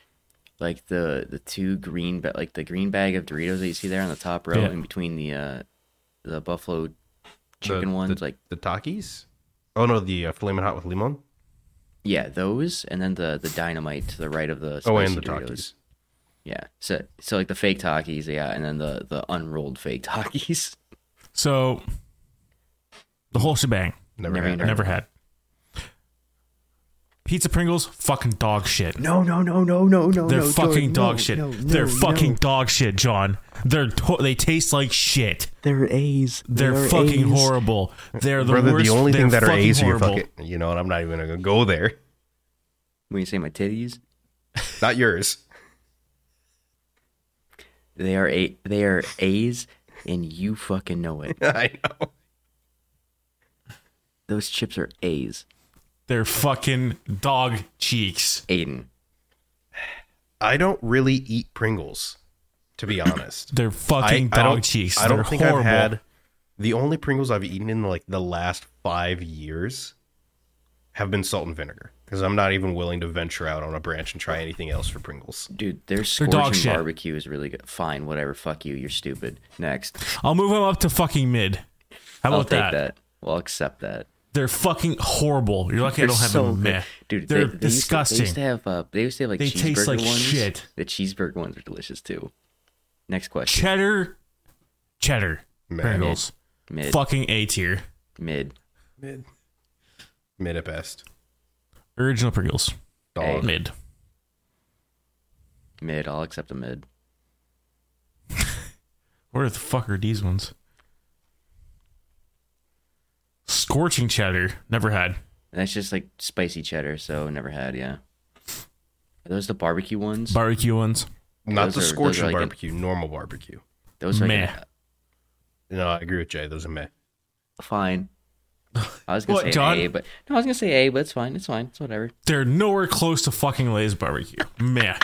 like the the two green ba- like the green bag of Doritos that you see there on the top row Yeah. in between the uh the buffalo chicken ones like the Takis. Oh no, the uh, flaming hot with limon. yeah those and then the the dynamite to the right of the Oh, spicy and the Doritos. Takis. yeah so so like the fake Takis yeah and then the the unrolled fake Takis So the whole shebang, Never, Never had. either. them. never had. Pizza Pringles, fucking dog shit. no no no no no no They're no, fucking Jordan, dog no, shit. no, no, They're fucking no. dog shit, John. They're to- they taste like shit. they're A's They're They are fucking A's. horrible. They're the Brother, worst. the only They're thing that are fucking A's are your horrible. fucking. You know, and I'm not even gonna go there. when you say my titties Not yours. They are a they are A's, and you fucking know it. I know. Those chips are A's. They're fucking dog cheeks. Aiden, I don't really eat Pringles, to be honest. They're fucking I, I dog don't, cheeks. I don't They're think horrible. I've had the only Pringles I've eaten in like the last five years have been salt and vinegar because I'm not even willing to venture out on a branch and try anything else for Pringles. dude, their dog scorching shit. barbecue is really good. Fine, whatever. Fuck you. You're stupid. Next, I'll move them up to fucking mid. How I'll about take that? that. We'll accept that. They're fucking horrible. You're lucky I don't have so them good. meh. Dude, they're they, they used to- disgusting. they used to have uh, they used to have like They cheeseburger taste like ones. shit. The cheeseburger ones are delicious too. Next question. cheddar, cheddar Meh. Pringles. Mid, Fucking A tier. mid, Mid, mid at best. Original Pringles. Dog. Mid. mid. I'll accept a mid. Where the fuck are these ones? Scorching cheddar. Never had. And that's just like spicy cheddar. So never had. Yeah. Are those the barbecue ones? Barbecue ones. Not Those the are- those scorching are like an- barbecue, normal barbecue. those are like meh. an- No, I agree with Jay. Those are meh. fine. I was gonna What, say an John? A, but no, I was gonna say A, but it's fine. It's fine. It's whatever. They're nowhere close to fucking Lay's barbecue. Meh.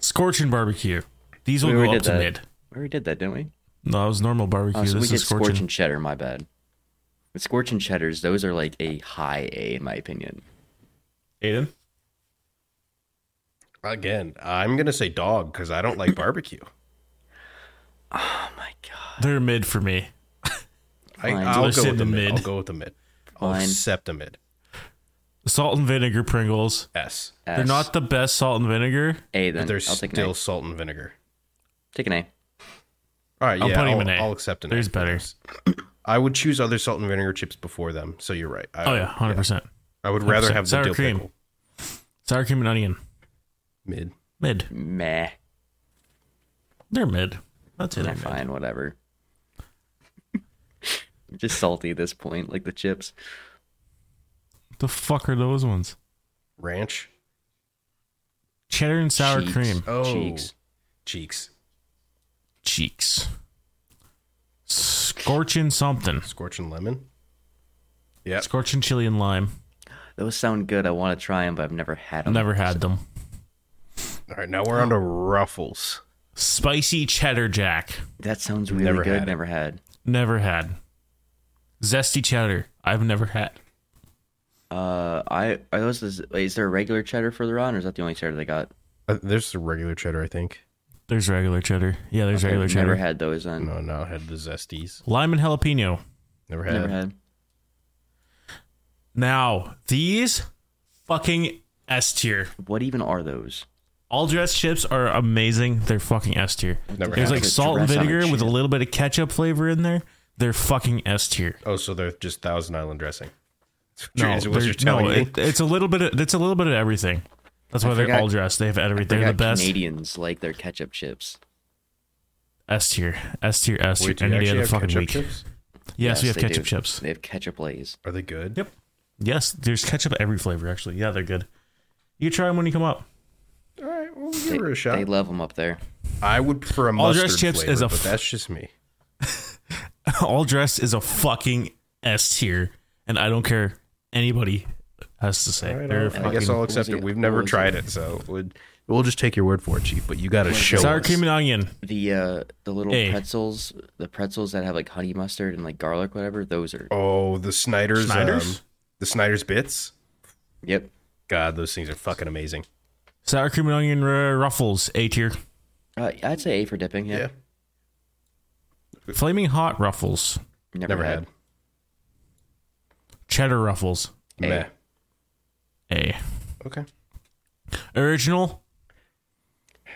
Scorching barbecue. These will We already go up did to that. mid. We already did that, didn't we? No, that was normal barbecue. Oh, so we this did is scorching. scorching. cheddar. My bad. But scorching cheddars, those are like a high A in my opinion. Aiden? Again, I'm gonna say dog because I don't like barbecue. Oh my god. They're mid for me. I, Fine. I'll So go they're with the sitting mid. mid. Oh, I'll go with the mid. I'll Fine. accept the mid. Salt and vinegar Pringles. S. They're S. not the best salt and vinegar. A But then. I'll there's take still an salt and vinegar. A. Take an A. All right, I'll yeah, put him I'll, in A. I'll accept an A There's for better. those. I would choose other salt and vinegar chips before them. So you're right. I, Oh yeah, hundred percent. I would rather have the Sour dill cream. pickle. Sour cream and onion. Mid. Mid. Meh. They're mid. That's it. They're fine, whatever. Just salty at this point, like the chips. The fuck are those ones? Ranch. Cheddar and sour Cheeks. cream. Oh. Cheeks. Cheeks. Cheeks. Scorching something. Scorching lemon. Yeah. Scorching chili and lime. Those sound good. I want to try them, but I've never had them. Never had them. All right, now we're on to ruffles. Spicy cheddar jack. That sounds really Never good. had it. Never had. Never had. Zesty cheddar. I've never had. Uh, I are those is, is there a regular cheddar further on, or is that the only cheddar they got? Uh, there's the regular cheddar, I think. There's regular cheddar. Yeah, there's regular I've cheddar. Never had those. Then No, no, I had the zesties. Lime and jalapeno. Never had. never had. Now, these fucking S tier. What even are those? All dressed chips are amazing. They're fucking S tier. Never There's had like it. salt and Dress on a vinegar with a chip. little bit of ketchup flavor in there. They're fucking S tier. Oh, so they're just Thousand Island dressing. That's what No, you're- is what they're- you're telling no, me. it- it's a little bit. Of, it's a little bit of everything. That's why they're forgot- all dressed. They have everything. They They're the got best. Canadians like their ketchup chips. S tier, S tier, S tier. Wait, do you Any day of actually the have fucking ketchup week. chips? Yes, we have they ketchup do. chips. They have ketchup lays. Are they good? Yep. Yes, there's ketchup every flavor actually. Yeah, they're good. You try them when you come up. All right, well, we'll They, give her a shot. they love them up there. I would prefer a All mustard dressed chips flavor, is a but f- that's just me. all dressed is a fucking S tier, and I don't care anybody has to say. All right, They're I'll- I fucking- guess I'll was accept it. it- We've what never was tried it? it, so would, we'll just take your word for it, Chief. But you got to show sour us. cream and onion. The uh the little A. pretzels, the pretzels that have like honey mustard and like garlic, whatever. Those are. Oh, the Snyder's, Snyder's? Um, the Snyder's bits. Yep. God, those things are fucking amazing. Sour cream and onion uh, ruffles, A tier. Uh, I'd say A for dipping. Yeah. Yeah, Flaming hot ruffles, Never, never had. had. cheddar ruffles, A. Meh. A. Okay, Original,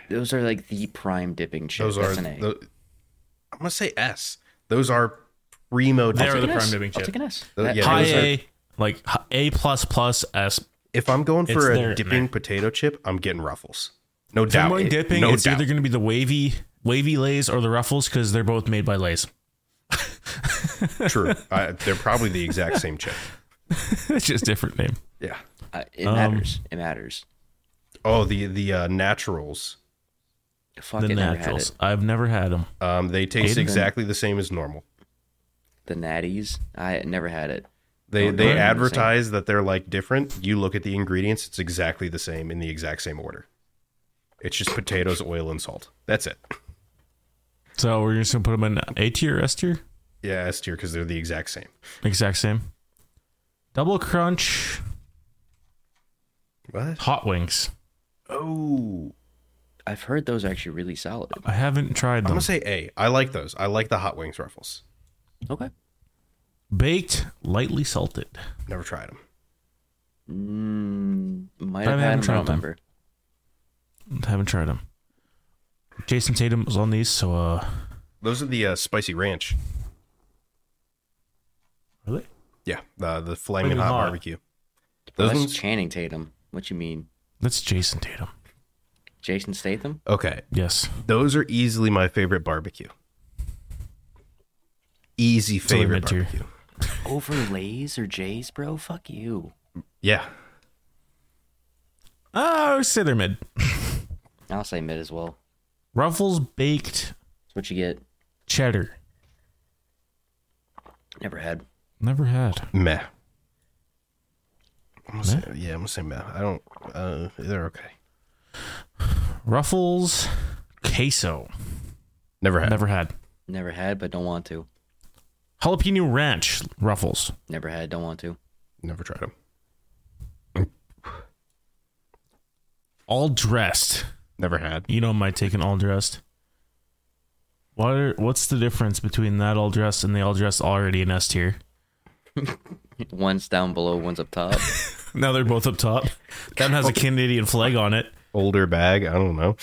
Those are like the prime dipping chips. those are. That's an A. tho- I'm gonna say S. Those are primo. They are the dipping- Take an prime S. dipping I'll chip. take an S. Those- That- yeah, high those are- A, like h- A plus plus S. If I'm going It's for there, a man. dipping potato chip, I'm getting Ruffles. No If I'm doubt. going It- dipping, no it's doubt. either going to be the wavy wavy lays or the ruffles because they're both made by lays. True. I, they're probably the exact same chip. it's just different name. Yeah. Uh, it Oh. matters. It matters. Oh, the the uh, naturals. Fuck The it, never had naturals. it. I've never had them. Um, they taste Aiden? exactly the same as normal. The natties. I never had it. They Oh, they they're the advertise that they're like different. You look at the ingredients; it's exactly the same in the exact same order. It's just potatoes, oil, and salt. That's it. So we're just going to put them in A tier, S tier. Yeah, S tier because they're the exact same. Exact same. Double crunch What? hot wings. Oh, I've heard those are actually really solid. I haven't tried I'm them. gonna say A. I like those. I like the hot wings ruffles. Okay. Baked, lightly salted. Never tried them. Mm, might I have had haven't them. I tried don't them. remember. Haven't tried them. Jason Tatum was on these, so uh, Those are the uh, spicy ranch. are they? Yeah, uh, the flaming Flaming hot, hot. barbecue. Those That's ones. Channing Tatum. What you mean, That's Jason Tatum. Jason Statham? okay, Yes. those are easily my favorite barbecue. Easy only favorite mid-tier. barbecue. Over Lays or Jays, bro? Fuck you. Yeah, Oh, say they're mid. I'll say mid as well. Ruffles baked That's what you get. cheddar. Never had. Never had. Meh. I'm gonna Say, yeah, I'm gonna say meh. I don't. Uh, they're okay. Ruffles queso. Never had. Never had. Never had, but don't want to. Jalapeno ranch ruffles. Never had, don't want to. Never tried them. All dressed. Never had. You know my take on all dressed. What are, what's the difference between that all dressed and the all dressed already in S tier? One's down below, one's up top. Now they're both up top. That one has a Canadian flag on it. Older bag. I don't know.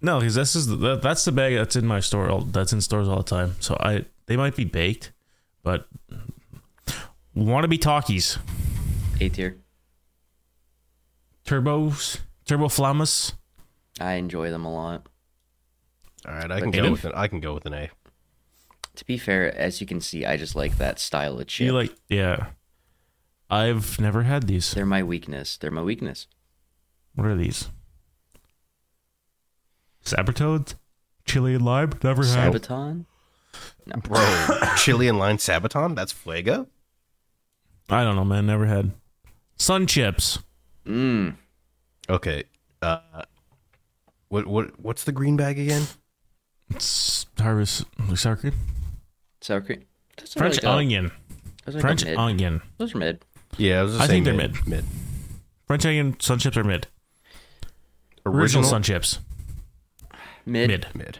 No, because this is the, that, that's the bag that's in my store. All, that's in stores all the time. So I they might be baked, but wannabe talkies, A tier. turbos, turbo flamas. I enjoy them a lot. All right, I can But go Aiden? with an I can go with an A. To be fair, as you can see, I just like that style of chip. You like yeah. I've never had these. They're my weakness. They're my weakness. What are these? Sabertoads? Chili and lime? Never had. Sabaton. Bro, chili and lime sabaton? That's fuego? I don't know, man. Never had. Sun chips. Mmm. Okay. Uh what what what's the green bag again? It's harvest sour cream. Sour cream. Those are French like a- onion. those are like a French mid. onion. Those are mid. Yeah, I was just I saying think they're mid. Mid. French onion sun chips are mid. Original, Original, sun chips. Mid. Mid. mid.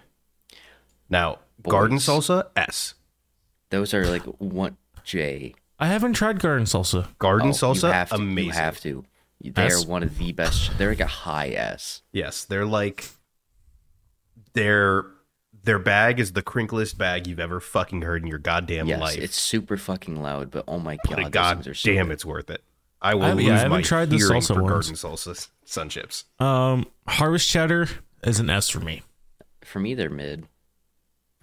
Now, garden Boys. salsa S. Those are like one J. I haven't tried garden salsa. Garden Oh, salsa You have to. amazing. You have to. They S? are one of the best. They're like a high S. Yes, they're like their their bag is the crinklest bag you've ever fucking heard in your goddamn Yes, life. it's super fucking loud, but oh my god, but those god things are so damn, good. it's worth it. I will I haven't- lose yeah, I haven't my tried the hearing salsa for ones. garden salsa sun chips. Um, harvest cheddar is an S for me. For me, they're mid.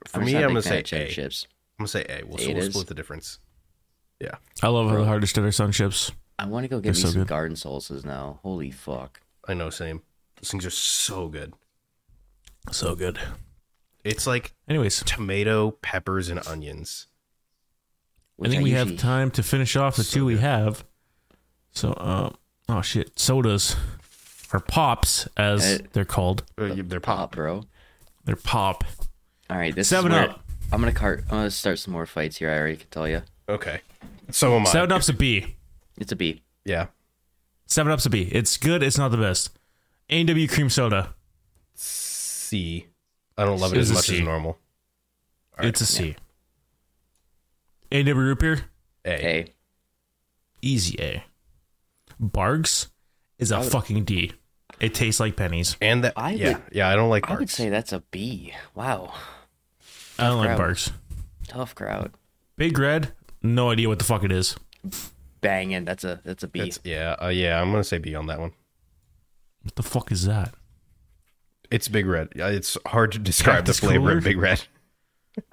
For just me, not a I'm big gonna fan say of cheddar A. chips. I'm gonna say A. We'll, It we'll is. split the difference. Yeah. I love how the harvest cheddar sun chips. I want to go get They're me so some good. garden salsas now. Holy fuck! I know, same. Those things are so good. So good. It's like Anyways, tomato, peppers, and onions. I Which think we have usually- time to finish off the two we have. So, uh, oh shit, sodas or pops as Uh, they're called. Uh, y- They're Pop, pop. bro. They're pop. All right, this Seven is where Up. I'm gonna cart. I'm gonna start some more fights here. I already can tell you. Okay. So am I. Seven Up's a B. It's a B. yeah. Seven Up's a B. It's good. It's not the best. A and W cream soda. C. I don't love it It's as a much as C. normal. it's a C. A and W root beer. A. A. Easy A. Bargs is Oh. a fucking D. It tastes like pennies. And that. I yeah. would- yeah. I don't like. I would Barks. say that's a B. Wow, I don't like crowd. Bargs. tough crowd. Big Red. No idea what the fuck it is. Banging. That's a that's a B. It's- yeah. Uh, yeah. I'm gonna say B on that one. What the fuck is that? It's Big Red. Yeah, It's hard to describe Cactus the flavor cooler? of Big Red.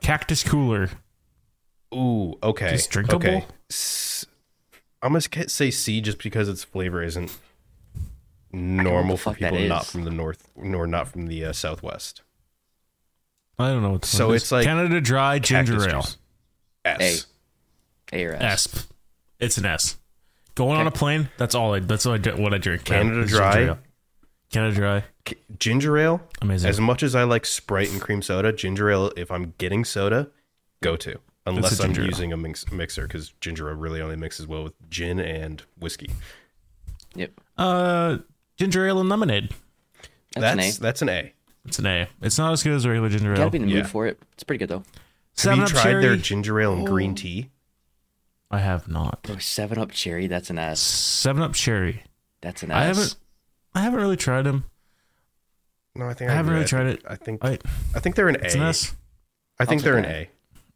Cactus cooler. Ooh. Okay. It's drinkable? Okay. S- I'm gonna ca- say C just because its flavor isn't normal for fuck that people not is. from the north nor not from the uh, southwest. I don't know what. The So fuck it's is- like Canada Dry Ginger Cactus Ale. juice. S. A or S. S. It's an S. Going on a plane. That's all. I. That's all I, dr- what I drink. man. Canada It's ginger Dry. ale. Canada Dry. K- Ginger ale. Amazing. As much as I like Sprite and cream soda, ginger ale. If I'm getting soda, go to unless I'm ginger ale. using a mix- mixer because ginger ale really only mixes well with gin and whiskey. Yep. Uh, ginger ale and lemonade. That's an that's, A. that's an A. It's an A. It's not as good as regular ginger Gotta ale. be in the yeah. mood for it. It's pretty good though. Have Seven you Up tried cherry. their ginger ale and green tea? I have not. Bro, Seven Up Cherry. That's an S. Seven Up cherry. That's an S. I haven't. I haven't really tried them. No, I think I I, haven't agree. really I tried think- it. I think I, I. think they're an It's an A. S. I think I'll they're an take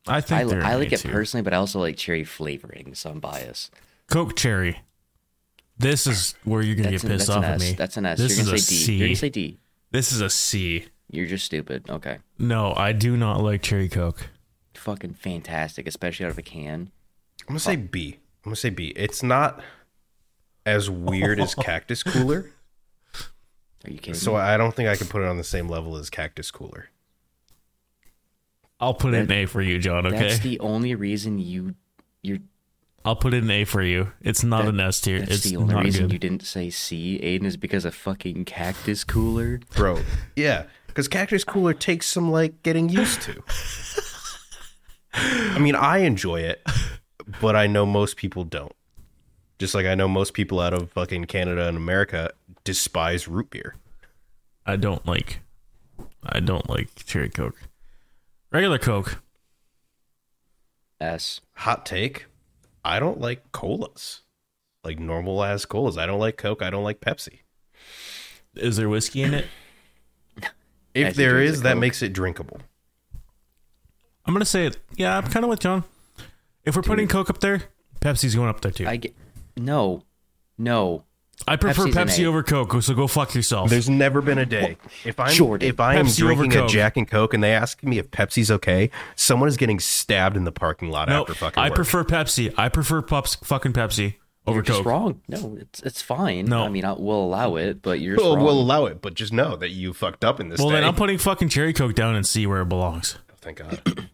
A. I think I, they're. an I like A it too. personally, but I also like cherry flavoring, so I'm biased. Coke cherry. This is where you're gonna That's get an, pissed that's an off at S. me. That's an S. This You're gonna is say a D. C. You're gonna say D. This is a C. You're just stupid. Okay. No, I do not like cherry Coke. Fucking fantastic, especially out of a can. I'm gonna say B. I'm gonna say B. It's not as weird as cactus cooler, Are you kidding? so I don't think I can put it on the same level as cactus cooler. I'll put in an A for you, John. me? Okay. That's the only reason you you're I'll put it in A for you. It's not That- an S tier. that's It's the only not reason good. you didn't say C, Aiden, is because of fucking cactus cooler. bro. Yeah, because Cactus Cooler takes some like getting used to. I mean, I enjoy it, but I know most people don't. Just like I know most people out of fucking Canada and America despise root beer. I don't like. I don't like cherry Coke. Regular Coke. S. Hot take: I don't like colas, like normal ass colas. I don't like Coke. I don't like Pepsi. Is there whiskey in it? If Actually, there drinks is, a that Coke. makes it drinkable. I'm gonna say it. Yeah, I'm kind of with John. If we're putting Coke up there, Pepsi's going up there too. I I, get no, no. prefer Pepsi's an Pepsi A. over Coke, so go fuck yourself. There's never been a day if I'm Jordan, if I am Pepsi over drinking a Coke. Jack and Coke and they ask me if Pepsi's okay, someone is getting stabbed in the parking lot no, after fucking. I work. prefer Pepsi. I prefer pups fucking Pepsi over You're just Coke. wrong. No, it's it's fine. No. I mean, I, we'll allow it, but you're just Well, wrong. we'll allow it, but just know that you fucked up in this. Well, day. Oh, then I'm putting fucking cherry Coke down and see where it belongs. Thank God.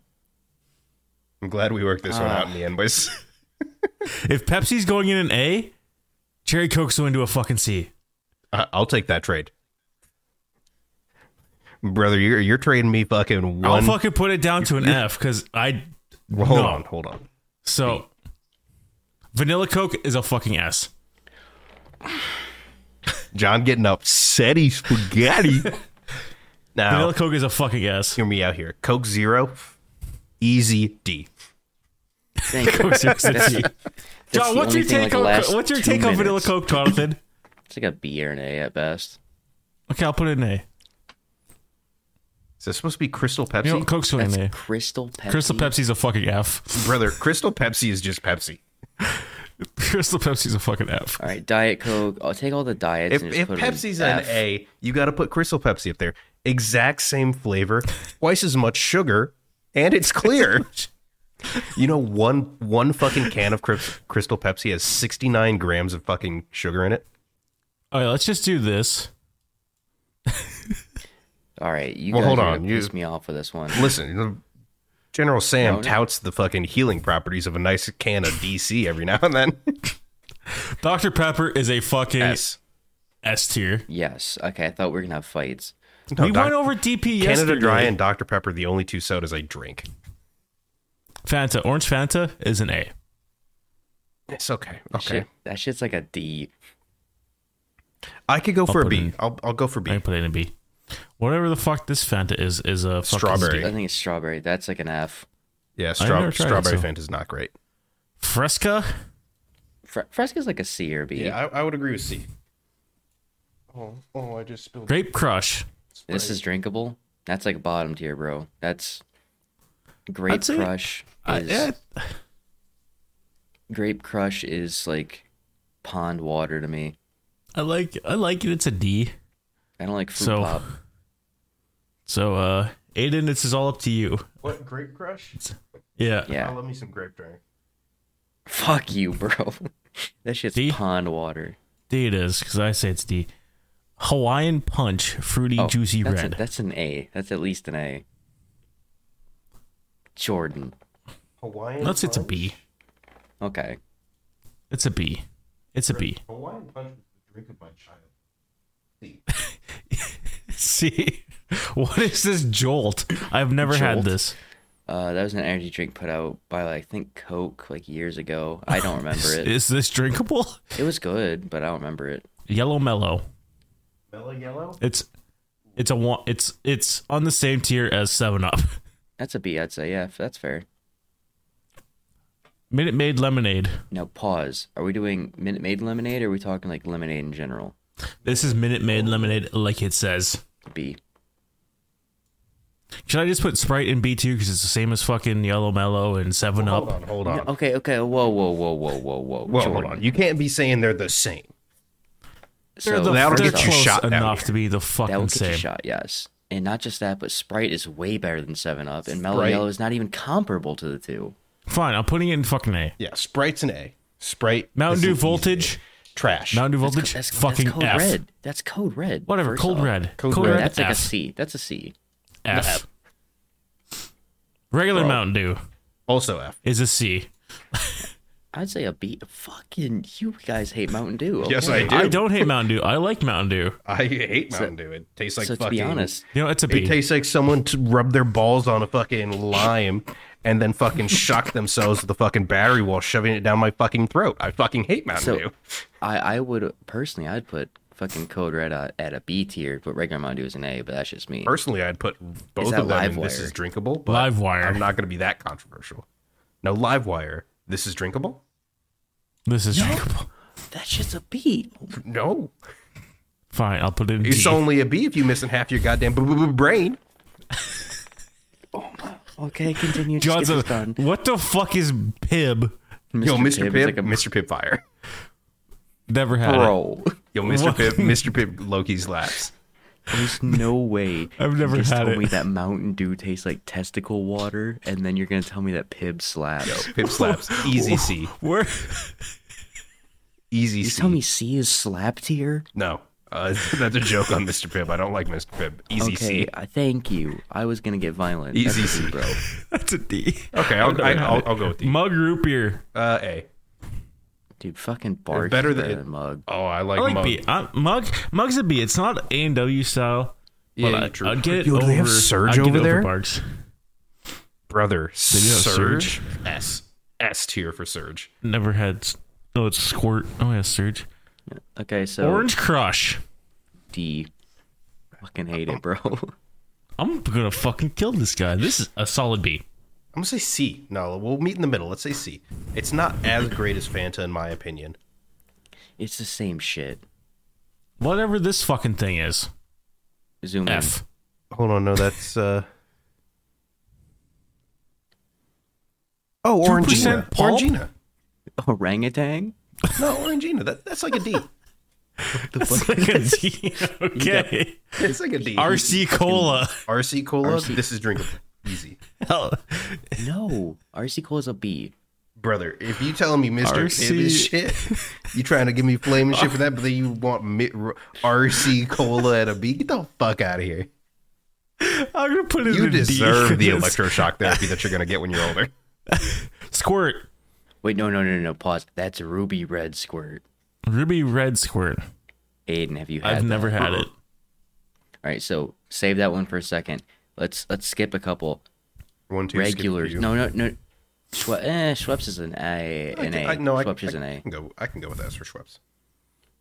I'm glad we worked this one Ah. out in the end, boys. If Pepsi's going in an A, cherry Coke's going to a fucking C. I- I'll take that trade, brother. You're you're trading me fucking one. I'll fucking put it down to an F because I. Well, hold no. on, hold on. So, vanilla Coke is a fucking S. John getting upsetty spaghetti. now Vanilla Coke is a fucking S. hear me out here. Coke Zero, easy D. Thank you. Coke's That's- a C. that's the John, what's only your thing, like, take the on last what's your two take on vanilla minutes. Coke, Jonathan? It's like a B or an A at best. Okay, I'll put it in A. Is this supposed to be Crystal Pepsi, You know, Coke's going That's in A. Crystal Pepsi. Crystal Pepsi's a fucking F. brother? Crystal Pepsi is just Pepsi. Crystal Pepsi's a fucking F. All right, Diet Coke. I'll take all the diets. If, and just if put 'em in Pepsi's an F. A, you got to put Crystal Pepsi up there. Exact same flavor, twice as much sugar, and it's clear. you know, one one fucking can of Cryst- Crystal Pepsi has sixty nine grams of fucking sugar in it. All right, let's just do this. All right, you Well, guys hold are gonna on, you- piss me off with this one. Listen, the- General Sam No, no. touts the fucking healing properties of a nice can of DC every now and then. Dr. Pepper is a fucking S, yes, tier. Yes. Okay, I thought we were gonna have fights. No, we Doc- went over DP yesterday. Canada Dry and Dr Pepper the only two sodas I drink. Fanta. Orange Fanta is an A. It's okay. That Okay, Shit, that shit's like a D. I could go for a put it B. in. I'll I'll go for I B. can put it in a B. Whatever the fuck this Fanta is, is a fucking Strawberry. C. I think it's strawberry. That's like an F. Yeah, I never straw- tried it, strawberry so- Fanta is not great. Fresca? Fre- Fresca's like a C or B. I, I would agree with C. Oh, oh, I just spilled. Grape Crush. this is drinkable. That's like bottom tier, bro. That's grape I'd say- crush. I- is eh, grape crush is like pond water to me. I like I like it. It's a D. I don't like fruit So- pop. So uh Aiden, this is all up to you. What grape crush? Yeah. Yeah. love me some grape drink. Fuck you, bro. that shit's D? pond water. D it is, because I say it's D. Hawaiian Punch Fruity Oh, Juicy that's a- Red. that's an A. That's at least an A. Jordan. Hawaiian. Let's say it's a B. Okay. It's a B. It's a B. Hawaiian punch was the drink of my child. See, what is this jolt? I've never had Jolt? this. Uh, that was an energy drink put out by like, I think Coke like years ago. I don't remember it. Is this drinkable? It was good, but I don't remember it. Yellow Mellow. Mellow yellow. It's it's a wa- it's it's on the same tier as Seven Up. That's a B, I'd say. Yeah, that's fair. Minute Maid Lemonade. Now pause. Are we doing Minute Maid lemonade, or are we talking like lemonade in general? This is Minute Maid Lemonade, like it says. B. Should I just put Sprite in B two because it's the same as fucking Yellow Mellow and Seven Hold Up? on, hold on. Okay, okay. Whoa, whoa, whoa, whoa, whoa, whoa. Well, Jordan. hold on. You can't be saying they're the same. They're So the, that'll they're get you close shot down enough here. to be the fucking that will get same. you shot. Yes, and not just that, but Sprite is way better than Seven Up, and Mellow Sprite. Yellow is not even comparable to the two. Fine, I'm putting it in fucking A. Yeah, Sprite's an A. Sprite. Mountain is Dew an easy Voltage. A. Trash. Mountain Dew That's co- Voltage. that's- that's fucking code F. red. That's code red. Whatever. first Cold off. red. Cold Cold red. red. That's like a F. C. That's a C. F. Regular Mountain Dew Also F. is a C. I'd say a B. Fucking you guys hate Mountain Dew. Yes, okay. I do. I don't hate Mountain Dew. I like Mountain Dew. I hate Mountain Dew. It tastes like so to fucking. be honest, You know, it's a It B. tastes like someone to rub their balls on a fucking lime and then fucking shock themselves with the fucking battery while shoving it down my fucking throat. I fucking hate Mountain So- Dew. I I would personally I'd put fucking code red at, at a B tier, but regular Mountain Dew is an A. But that's just me. Personally, I'd put both that of them. in this Livewire? is drinkable. But Livewire. I'm not going to be that controversial. No, Livewire. This is drinkable. This is drinkable. That shit's a beat. No, Fine, I'll put it in. it's D. only a B if you missing half your goddamn b- b- b- brain. Okay, continue. Just John's get a- this done. what the fuck is Pib? Yo, Mr. is Pibb, like a Mr. Pibb fire. Never had it. bro. Yo, Mr. What? Pibb, Mr. Pibb, Loki's laps. There's no way. I've never you just had told it. me that Mountain Dew tastes like testicle water, and then you're gonna tell me that Pib slaps. Pibb slaps. Easy C. Where? Easy you C. tell me C is slap tier? No, uh, that's a joke on Mr. Pibb. I don't like Mr. Pibb. Easy Okay, C. I thank you. I was gonna get violent. That's Easy a C. B, bro. That's a D. Okay, I'll, I, I'll, I'll go with D. Mug root beer. Uh, a. Dude, fucking bark better better than- than mug. Oh, I like, I like mug. B. I'm, mug. Mug's a B. It's not A and W style. Yeah, but I, true. I'd get it Yo, over. do they have Surge I'd get it over there? Barks. Brother, have Surge. S. S tier for Surge. Never had. s- Oh, it's squirt. Oh yeah, surge. Okay, so Orange crush. D. Fucking hate it, bro. I'm gonna fucking kill this guy. This is a solid B. I'm gonna say C. No, we'll meet in the middle. Let's say C. It's not as great as Fanta in my opinion. it's the same shit. Whatever this fucking thing is. Hmm. Zoom F. Hold on, no, that's uh. Oh, Orangina. 2% pulp? Orangina. in. Orangutan? No, Orangina. That, that's like a D. That's like a D. okay. It's like a D. RC cola. RC cola. RC. This is drinkable. Easy, Hell, No. RC Cole is a B. brother. If you telling me Mister RC. Pibb is shit, you trying to give me flame and shit for that, but then you want mi- r- RC cola at a B? Get the fuck out of here. I'm gonna put it You in a D deserve the because- electroshock therapy that you're gonna get when you're older. Squirt. Wait, no, no, no, no. Pause. That's ruby red squirt. Ruby red squirt. Aiden, have you had? I've that? never had it. All right, so save that one for a second. Let's let's skip a couple One, two, skip regulars. you. No, no, no. Schwe- eh, Schweppes is an A. An A. I, no, I, Schweppes is an I A. Hmm. can go. I can go with S for Schweppes.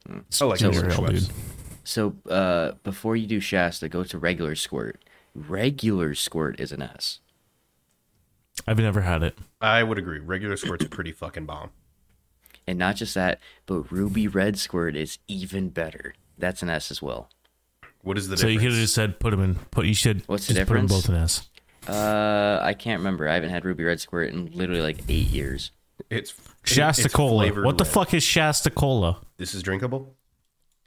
I like So Mr. real, Schweppes. dude. So uh, before you do Shasta, go to regular squirt. Regular squirt is an S. I've never had it. I would agree. Regular squirt's pretty fucking bomb. And not just that, but ruby red squirt is even better. That's an S as well. What is the So you difference? could have just said put them in. Put you should What's the just put them difference? both in S. Uh, I can't remember. I haven't had ruby red squirt in literally like eight years. it's Shasta it's cola. flavored What the red. fuck is Shasta cola? This is drinkable.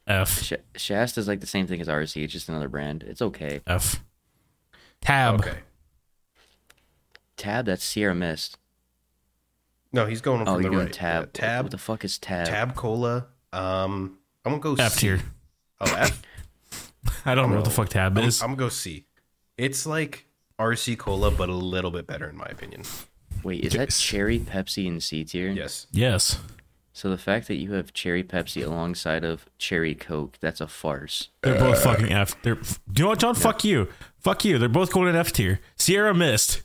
F Sh- Shasta is like the same thing as RC. It's just another brand. It's okay. F. Tab. Okay. Tab, that's Sierra Mist. No, he's going Oh, from you're the doing right. tab. Yeah, tab. What the fuck is tab? tab cola. Um, I'm gonna go F C. tier. Oh, F. I don't know what the fuck tab I'm, is. I'm gonna go C. It's like RC cola, but a little bit better in my opinion. Hmm. Wait, is that cherry Pepsi in C tier? Yes. yes. So the fact that you have cherry Pepsi alongside of cherry Coke, that's a farce. They're both Uh, fucking F. They're, you know what, John? Fuck you. Fuck you. They're both going in F tier. Sierra Mist.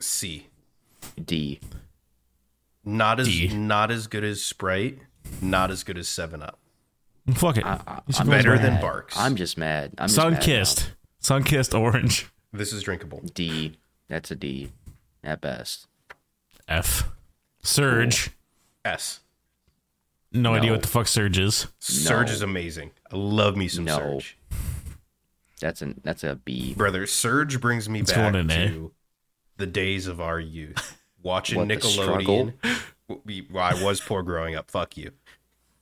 C. D. Not as D. not as good as Sprite. Not as good as Seven Up. Fuck it. You should Uh, I'm go with better Red. than mad. Barks. I'm just mad. I'm just mad Sun now. kissed. Sun kissed orange. This is drinkable. D. That's a D. At best. F. Surge. S. No, idea No. what the fuck surge is. Surge No. is amazing. I love me some No. Surge. That's an that's a B. Brother, Surge brings me back going in eh? A. to the days of our youth. Watching What, the Nickelodeon. We, well, I was poor growing up. Fuck you.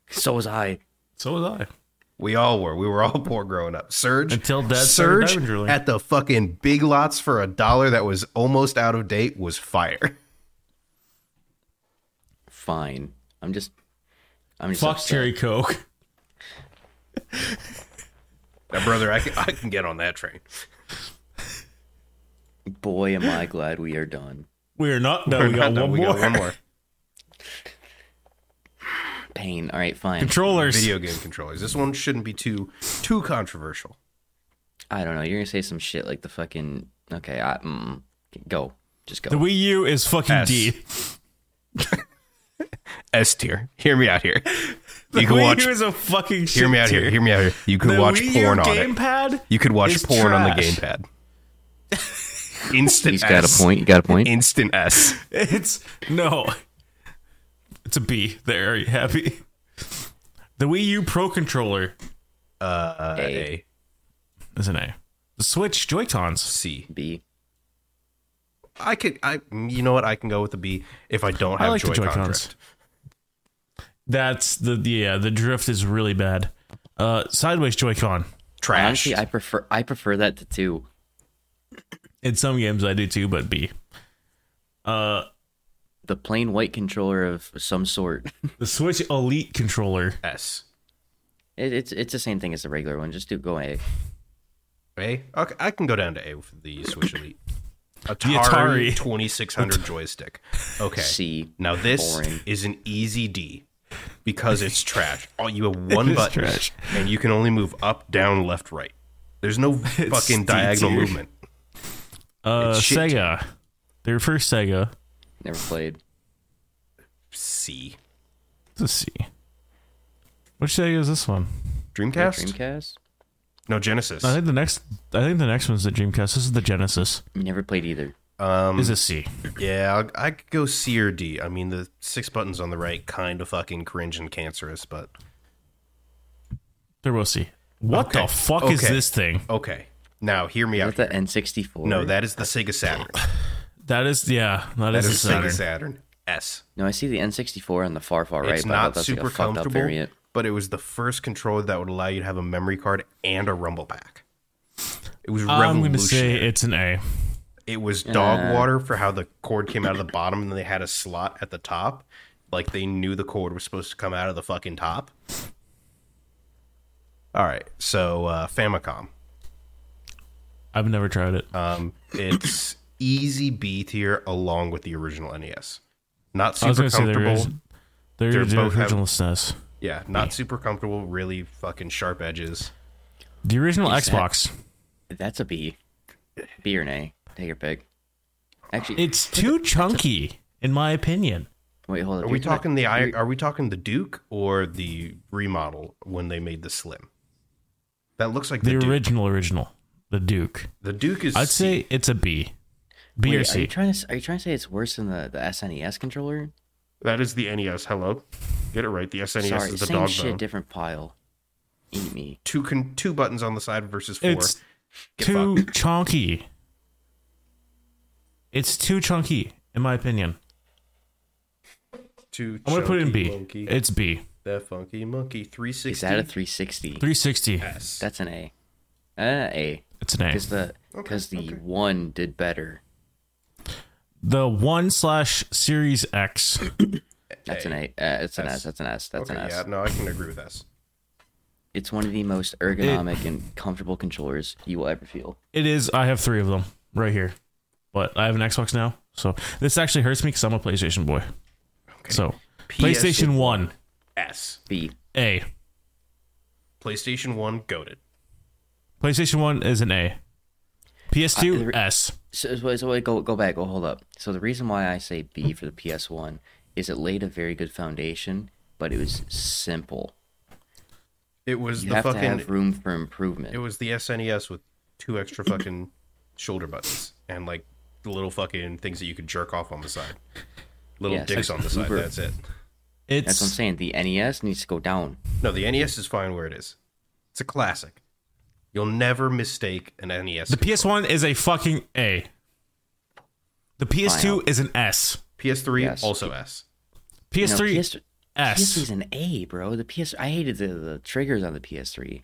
So was I. So was I. We all were. We were all poor growing up. Surge Until Dad started Surge diamond drilling. at the fucking big lots for a dollar that was almost out of date was fire. Fine. I'm just I'm just Fuck upset. cherry coke. Now, brother, I can, I can get on that train. Boy am I glad we are done. We are not done. We're We, not got, done. one We more. got one more. Pain. Alright, fine. Controllers. Video game controllers. This one shouldn't be too too controversial. I don't know. You're gonna say some shit like the fucking okay. I mm, go, just go. The Wii U is fucking S. D. S tier. Hear me out here. The you can Wii watch. U is a fucking shit Hear me out here. tier. Hear me out here. You could The watch Wii U porn on it. gamepad? You could watch is porn on the trash. gamepad. Instant He's got a S. point. You got a point. Instant S. It's no. It's a B. There, are you happy? The Wii U Pro Controller Uh, A. a. is an A. The Switch Joy Cons. C. B. I could. I. You know what? I can go with the B if I don't I have like the Joy-Con Joy Cons. drift. That's the yeah. The drift is really bad. Uh, sideways Joy Con. Trash. Honestly, I prefer I prefer that to two. In some games I do too, but B. Uh, The plain white controller of some sort. the Switch Elite Controller. S. It, it's it's the same thing as the regular one. Just do go A. A. Okay, I can go down to A with the Switch Elite. Atari, Atari. 2600 joystick. Okay. C. Now this Boring. is an easy D because it's trash. Oh, you have one button trash. and you can only move up, down, left, right. There's no fucking D diagonal tier. movement. Uh, It's shit. Sega. Their first Sega. Never played. C. Let's see. Which Sega is this one? Dreamcast? Dreamcast. No Genesis. I think the next. I think the next one's the Dreamcast. This is the Genesis. Never played either. Um, Is a C. yeah, I'll- I could go C or D. I mean, the six buttons on the right kind of fucking cringe and cancerous, but Turbo C. What Okay. the fuck is Okay. this thing? okay. Now hear me out. Not the Here. N64. No, that is the Sega Saturn. That is yeah. That that is is, a Sega Saturn. Saturn. S. No, I see the N64 on the far far right. it's but I thought not that's super like a fucked up comfortable, variant. but it was the first controller that would allow you to have a memory card and a rumble pack. It was I'm revolutionary. gonna say it's an A. it was dog water for how the cord came out of the bottom and they had a slot at the top. Like they knew the cord was supposed to come out of the fucking top. All right, so uh, Famicom. I've never tried it. Um, it's easy B tier along with the original NES. Not I was super gonna say comfortable. they're they're, They're the both have- original E SNES. yeah, not super comfortable. Really fucking sharp edges. The original Is that- Xbox. That's a B. B or an A. Take your pick. Actually, It's too chunky, in my opinion. wait, hold up. Are we talking the I? Are we talking the Duke or the remodel when they made the Slim? That looks like the, The Duke. original original, the Duke. the Duke is. I'd C. say it's a B. B Wait, or Are you C. trying to s- are you trying to say it's worse than the, the SNES controller? that is the NES. Hello, get it right. The SNES Sorry, E is the same dog shit, bone. different pile. Eat me. Two con- two buttons on the side versus four. It's Get too chunky. It's too chunky, in my opinion. Two. I'm gonna put it in chunky B. Monkey, It's B. the funky monkey. Three sixty. Is that a 360? 360. That's an A. Uh, A. It's an A. Because the because the one did better. The one slash Series X. That's an A. Uh, it's an S. S. That's an S. That's Okay, an S. yeah, no, I can agree with S. It's one of the most ergonomic and comfortable controllers you will ever feel. It is. I have three of them right here, but I have an Xbox now, so this actually hurts me because I'm a PlayStation boy. So PlayStation One S. B. A. PlayStation One goaded. PlayStation One is an A. Uh, the PS2 re- S. So, so, so wait, go go back. Go hold up. So the reason why I say B for the PS One is it laid a very good foundation, but it was simple. It was You the have fucking. to have room for improvement. It was the SNES with two extra fucking shoulder buttons and like the little fucking things that you could jerk off on the side. Little Yes. dicks on the side. Uber. That's it. That's what I'm It's saying. The NES needs to go down. No, the NES is fine where it is. It's a classic. You'll never mistake an E NES. the PS1 is a fucking A. The PS2 is an S. PS3 Yes. also S. No, PS3 PS, S. PS3's an A, bro. The PS I hated the, the triggers on the PS3.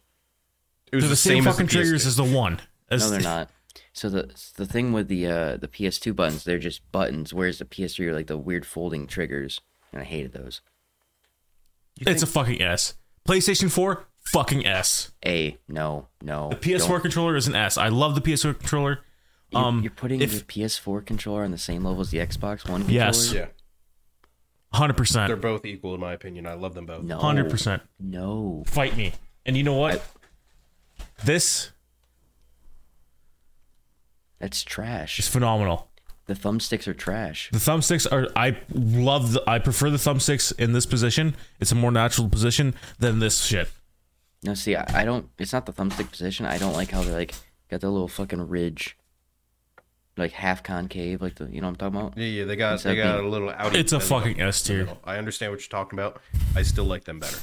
It was They're the same, fucking triggers as the one. As No, they're not. So the the thing with the uh, the PS2 buttons, they're just buttons, whereas the PS3 are like the weird folding triggers, and I hated those. It's a fucking S. PlayStation 4 fucking S. A, no, no. The PS4 don't. controller is an S. I love the PS4 controller. You're- Um, you're putting if- the PS4 controller on the same level as the Xbox One controller. Yes. Yeah. Hundred They're percent. both equal in my opinion. I love them both. No. Hundred percent. No. Fight me. And you know what? This That's trash. is phenomenal. The thumbsticks are trash. The thumbsticks are. I love. The, I prefer the thumbsticks in this position. It's a more natural position than this shit. No, see, I, I don't. It's not the thumbstick position. I don't like how they like got their little fucking ridge. like half concave, like the you know what I'm talking about. Yeah, yeah, they got Instead they of got a being- little out. It's a fucking S tier. I understand what you're talking about. I still like them better.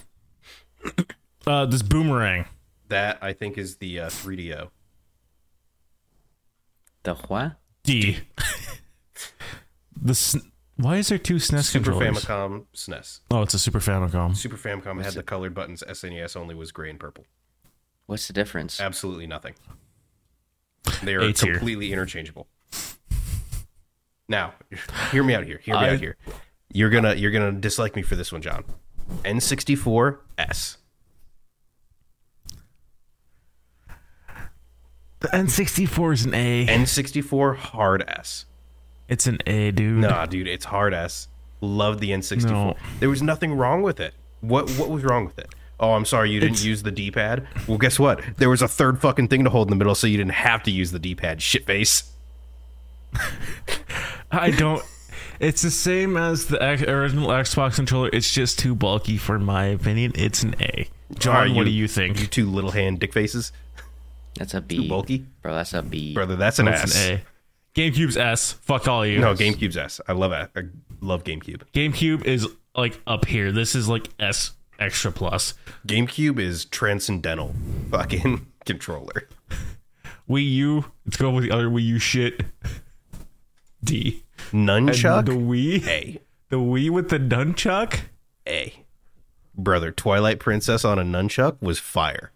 Uh, this boomerang. That I think is the uh, 3DO. The what? D. the sn- why is there two SNES Super controllers? Famicom SNES. Oh, it's a Super Famicom. Super Famicom had the colored buttons. SNES only was gray and purple. What's the difference? Absolutely nothing. They are A tier. completely interchangeable. Now, hear me out here. Hear me I- out here. You're gonna you're gonna dislike me for this one, John. N64 S. The N64 is an A. N64 hard S. It's an A, dude. Nah, dude, it's hard ass. Love the N64. No. There was nothing wrong with it. What what was wrong with it? Oh, I'm sorry you didn't use the D-pad. Well, guess what? There was a third fucking thing to hold in the middle, so you didn't have to use the D-pad. Shitface. I don't. It's the same as the X- original Xbox controller. It's just too bulky for my opinion. It's an A. John, Are what do you- you think? You two little hand dick faces, That's a B. bulky? bro. That's a B. brother. That's an That's S. an A. GameCube's S. Fuck all you. No, GameCube's S. I love it. I love GameCube. GameCube is like up here. This is like S extra plus. GameCube is transcendental fucking controller. Wii U. Let's go with the other Wii U shit. D. And Nunchuck. the Wii. A. The Wii with the nunchuck. A. Brother, Twilight Princess on a nunchuck was fire.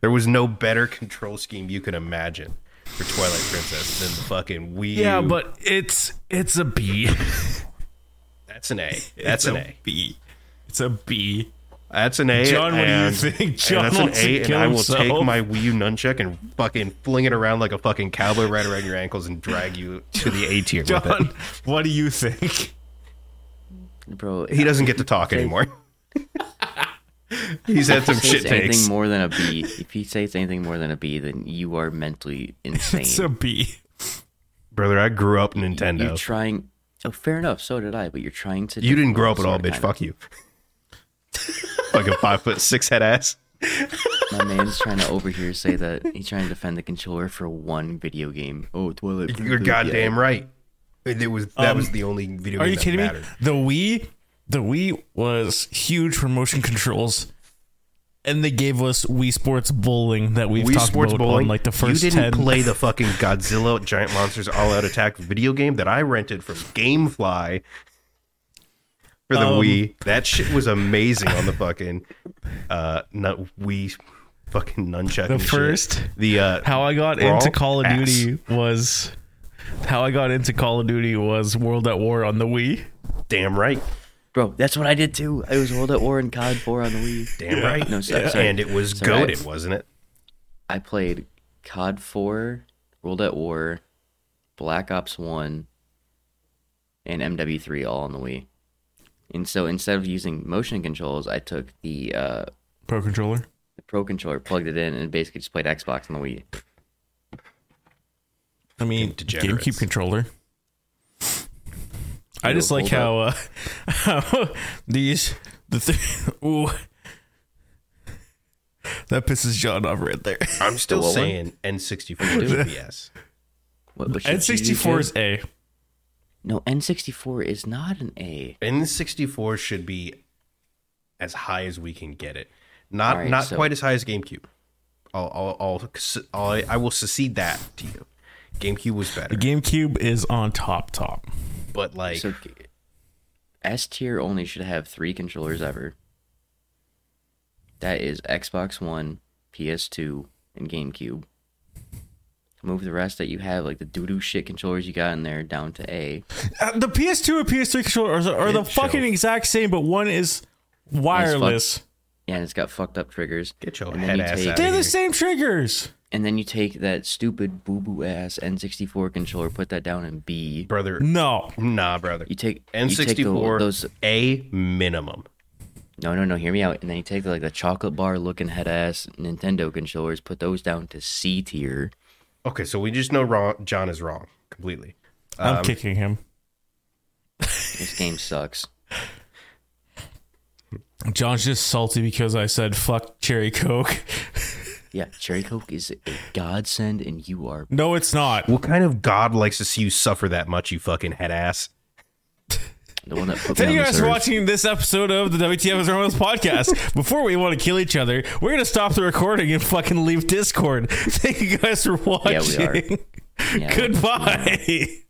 there was no better control scheme you could imagine for Twilight Princess than the fucking Wii. Yeah, U. but it's it's a B. that's an A. That's an A. B. It's a B. That's an A. John, what do you and- think? and John that's an wants to A, and kill I will take himself. my Wii U nunchuck and fucking fling it around like a fucking cowboy right around your ankles and drag you to the A tier with it. John, what do you think? bro. He doesn't get to talk anymore. He's had some If he shit says anything takes. more than a B, if he says anything more than a B, then you are mentally insane. It's a B. Brother, I grew up You're Nintendo. trying. Oh, fair enough. So did I. But you're trying to. You didn't grow up at all, Sorta, bitch. kinda. Fuck you. Fucking five foot six head ass. My man's trying to over here say that he's trying to defend the controller for one video game. Oh, Twilight. You're Princess, goddamn right. It was that was the only video. Are game you that kidding mattered. me? The Wii, the Wii was huge for motion controls, and they gave us Wii Sports Bowling that we've Wii talked Sports about Bowling. on like the first you didn't ten. play the fucking Godzilla Giant Monsters All Out Attack video game that I rented from GameFly for the Um, Wii. That shit was amazing on the fucking uh not Wii fucking nunchuck. The and shit. first- the uh, how I got Brawl? into Call of Ass. Duty was how I got into Call of Duty was World at War on the Wii. damn right, Bro, that's what I did too. I was World at War and COD 4 on the Wii. damn right. No, so- sorry. and it was Sorry, I- goaded, wasn't it? I played COD 4, World at War, Black Ops 1, and MW3 all on the Wii. And so instead of using motion controls, I took the uh, Pro controller. the Pro controller, plugged it in, and basically just played Xbox on the Wii. I mean, Degenerates. GameCube controller. I Yo, just like hold how, uh, how these the th- ooh that pisses John off right there. I'm still what one? saying N64 is BS. What, what N should you sixty four do? is A. No, N64 is not an A. N64 should be as high as we can get it. Not All right, not so- quite as high as GameCube. I'll I'll, I'll, I'll I will secede that to you. GameCube was The better, GameCube is on top top. but like So S tier only should have three controllers ever. That is Xbox One, PS2, and GameCube. Move the rest that you have, like the doo doo shit controllers you got in there, down to A. Uh, the PS2 and PS3 controllers are, are the Good show. fucking exact same, but one is wireless. Yeah, and it's got fucked up triggers. get your and then head you ass take- out of They're here. the same triggers. And then you take that stupid boo boo ass N64 controller, put that down in B. brother. No, Nah, brother. You take you take the- N64 those a minimum. No, no, no. Hear me out. And then you take like the chocolate bar looking head ass Nintendo controllers, put those down to C tier. Okay, so we just know wrong. John is wrong completely. I'm kicking him. This game sucks. John's just salty because I said fuck cherry coke. Yeah, cherry coke is a godsend, and you are No, it's not. What kind of god likes to see you suffer that much, you fucking head ass? the one that put me Thank on you this guys for earth. watching this episode of the WTF is Romans podcast. Before we want to kill each other, we're going to stop the recording and fucking leave Discord. Thank you guys for Yeah, we are. watching. Yeah, we're- Goodbye.